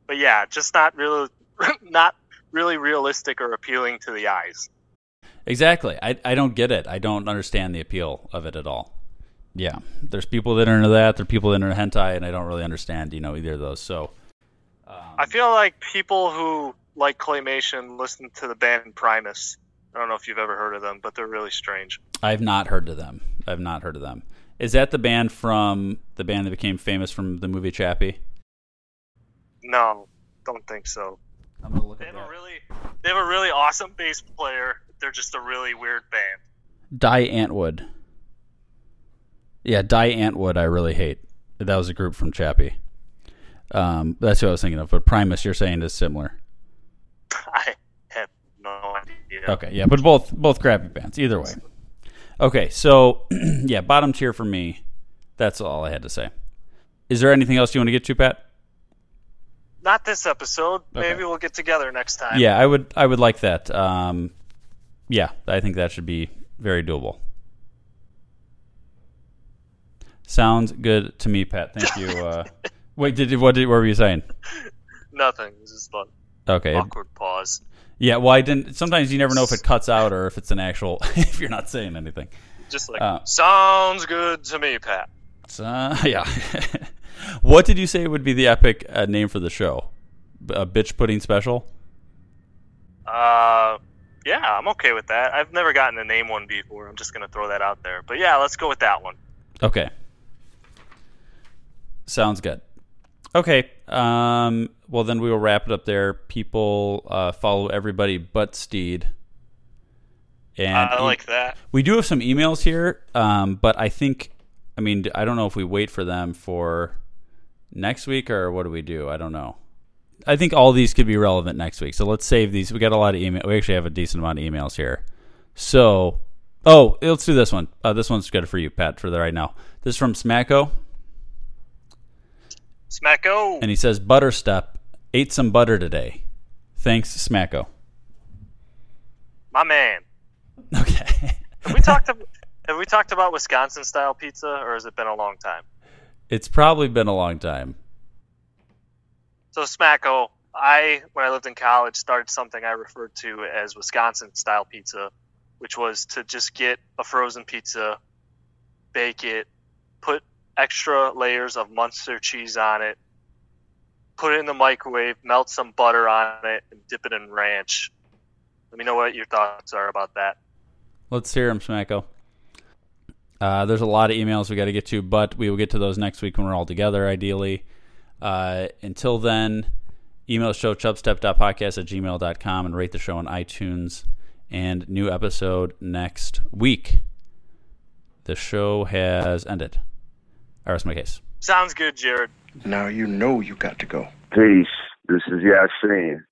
S9: But yeah, just not really, not really realistic or appealing to the eyes.
S8: Exactly. I I don't get it. I don't understand the appeal of it at all. Yeah. There's people that are into that. There are people that are into hentai, and I don't really understand you know either of those. So.
S9: I feel like people who like claymation listen to the band Primus. I don't know if you've ever heard of them, but they're really strange.
S8: um, I've not heard of them. I've not heard of them. Is that the band from the band that became famous from the movie Chappie?
S9: No, don't think so.
S8: I'm gonna look
S9: they have a really, they have a really awesome bass player. They're just a really weird band.
S8: Die Antwood. Yeah, Die Antwood. I really hate. That was a group from Chappie. Um, that's what I was thinking of. But Primus, you're saying is similar.
S9: I have no idea.
S8: Okay, yeah, but both both crappy bands. Either way. Okay, so yeah, bottom tier for me. That's all I had to say. Is there anything else you want to get to, Pat?
S9: Not this episode. Maybe we'll get together next time.
S8: Yeah, I would. I would like that. Um, yeah, I think that should be very doable. Sounds good to me, Pat. Thank you. Uh, wait, did what? Did, what were you saying?
S9: Nothing. This is fun.
S8: Okay.
S9: Awkward pause.
S8: Yeah, well, I didn't. Sometimes you never know if it cuts out or if it's an actual. if you're not saying anything.
S9: Just like
S8: Uh.
S9: sounds good to me, Pat.
S8: So, yeah. what did you say would be the epic uh, name for the show? B- A bitch pudding special.
S9: Uh, yeah, I'm okay with that. I've never gotten to name one before. I'm just gonna throw that out there. But yeah, let's go with that one.
S8: Okay. Sounds good. Okay. Um, well, then we will wrap it up there. People uh, follow everybody but Steed. And
S9: I like that.
S8: We do have some emails here, um, but I think, I mean, I don't know if we wait for them for next week or what do we do? I don't know. I think all these could be relevant next week. So let's save these. We got a lot of email. We actually have a decent amount of emails here. So, oh, let's do this one. Uh, this one's good for you, Pat, for the right now. This is from Smacko.
S9: Smacko.
S8: and he says butterstep ate some butter today thanks smacko
S9: My man. Okay. have we talked ab- have we talked about Wisconsin style pizza or has it been a long time?
S8: it's probably been a long time
S9: So Smacko, I when I lived in college started something I referred to as Wisconsin style pizza, which was to just get a frozen pizza, bake it, put extra layers of Munster cheese on it, put it in the microwave, melt some butter on it, and dip it in ranch. Let me know what your thoughts are about that.
S8: let's hear him smacko uh, there's a lot of emails we got to get to but we will get to those next week when we're all together ideally uh, until then email the show chubstep.podcast at gmail.com and rate the show on itunes and new episode next week the show has ended i rest my case
S9: Sounds good, Jared.
S21: Now you know you got to go.
S1: Peace. This is Yasin.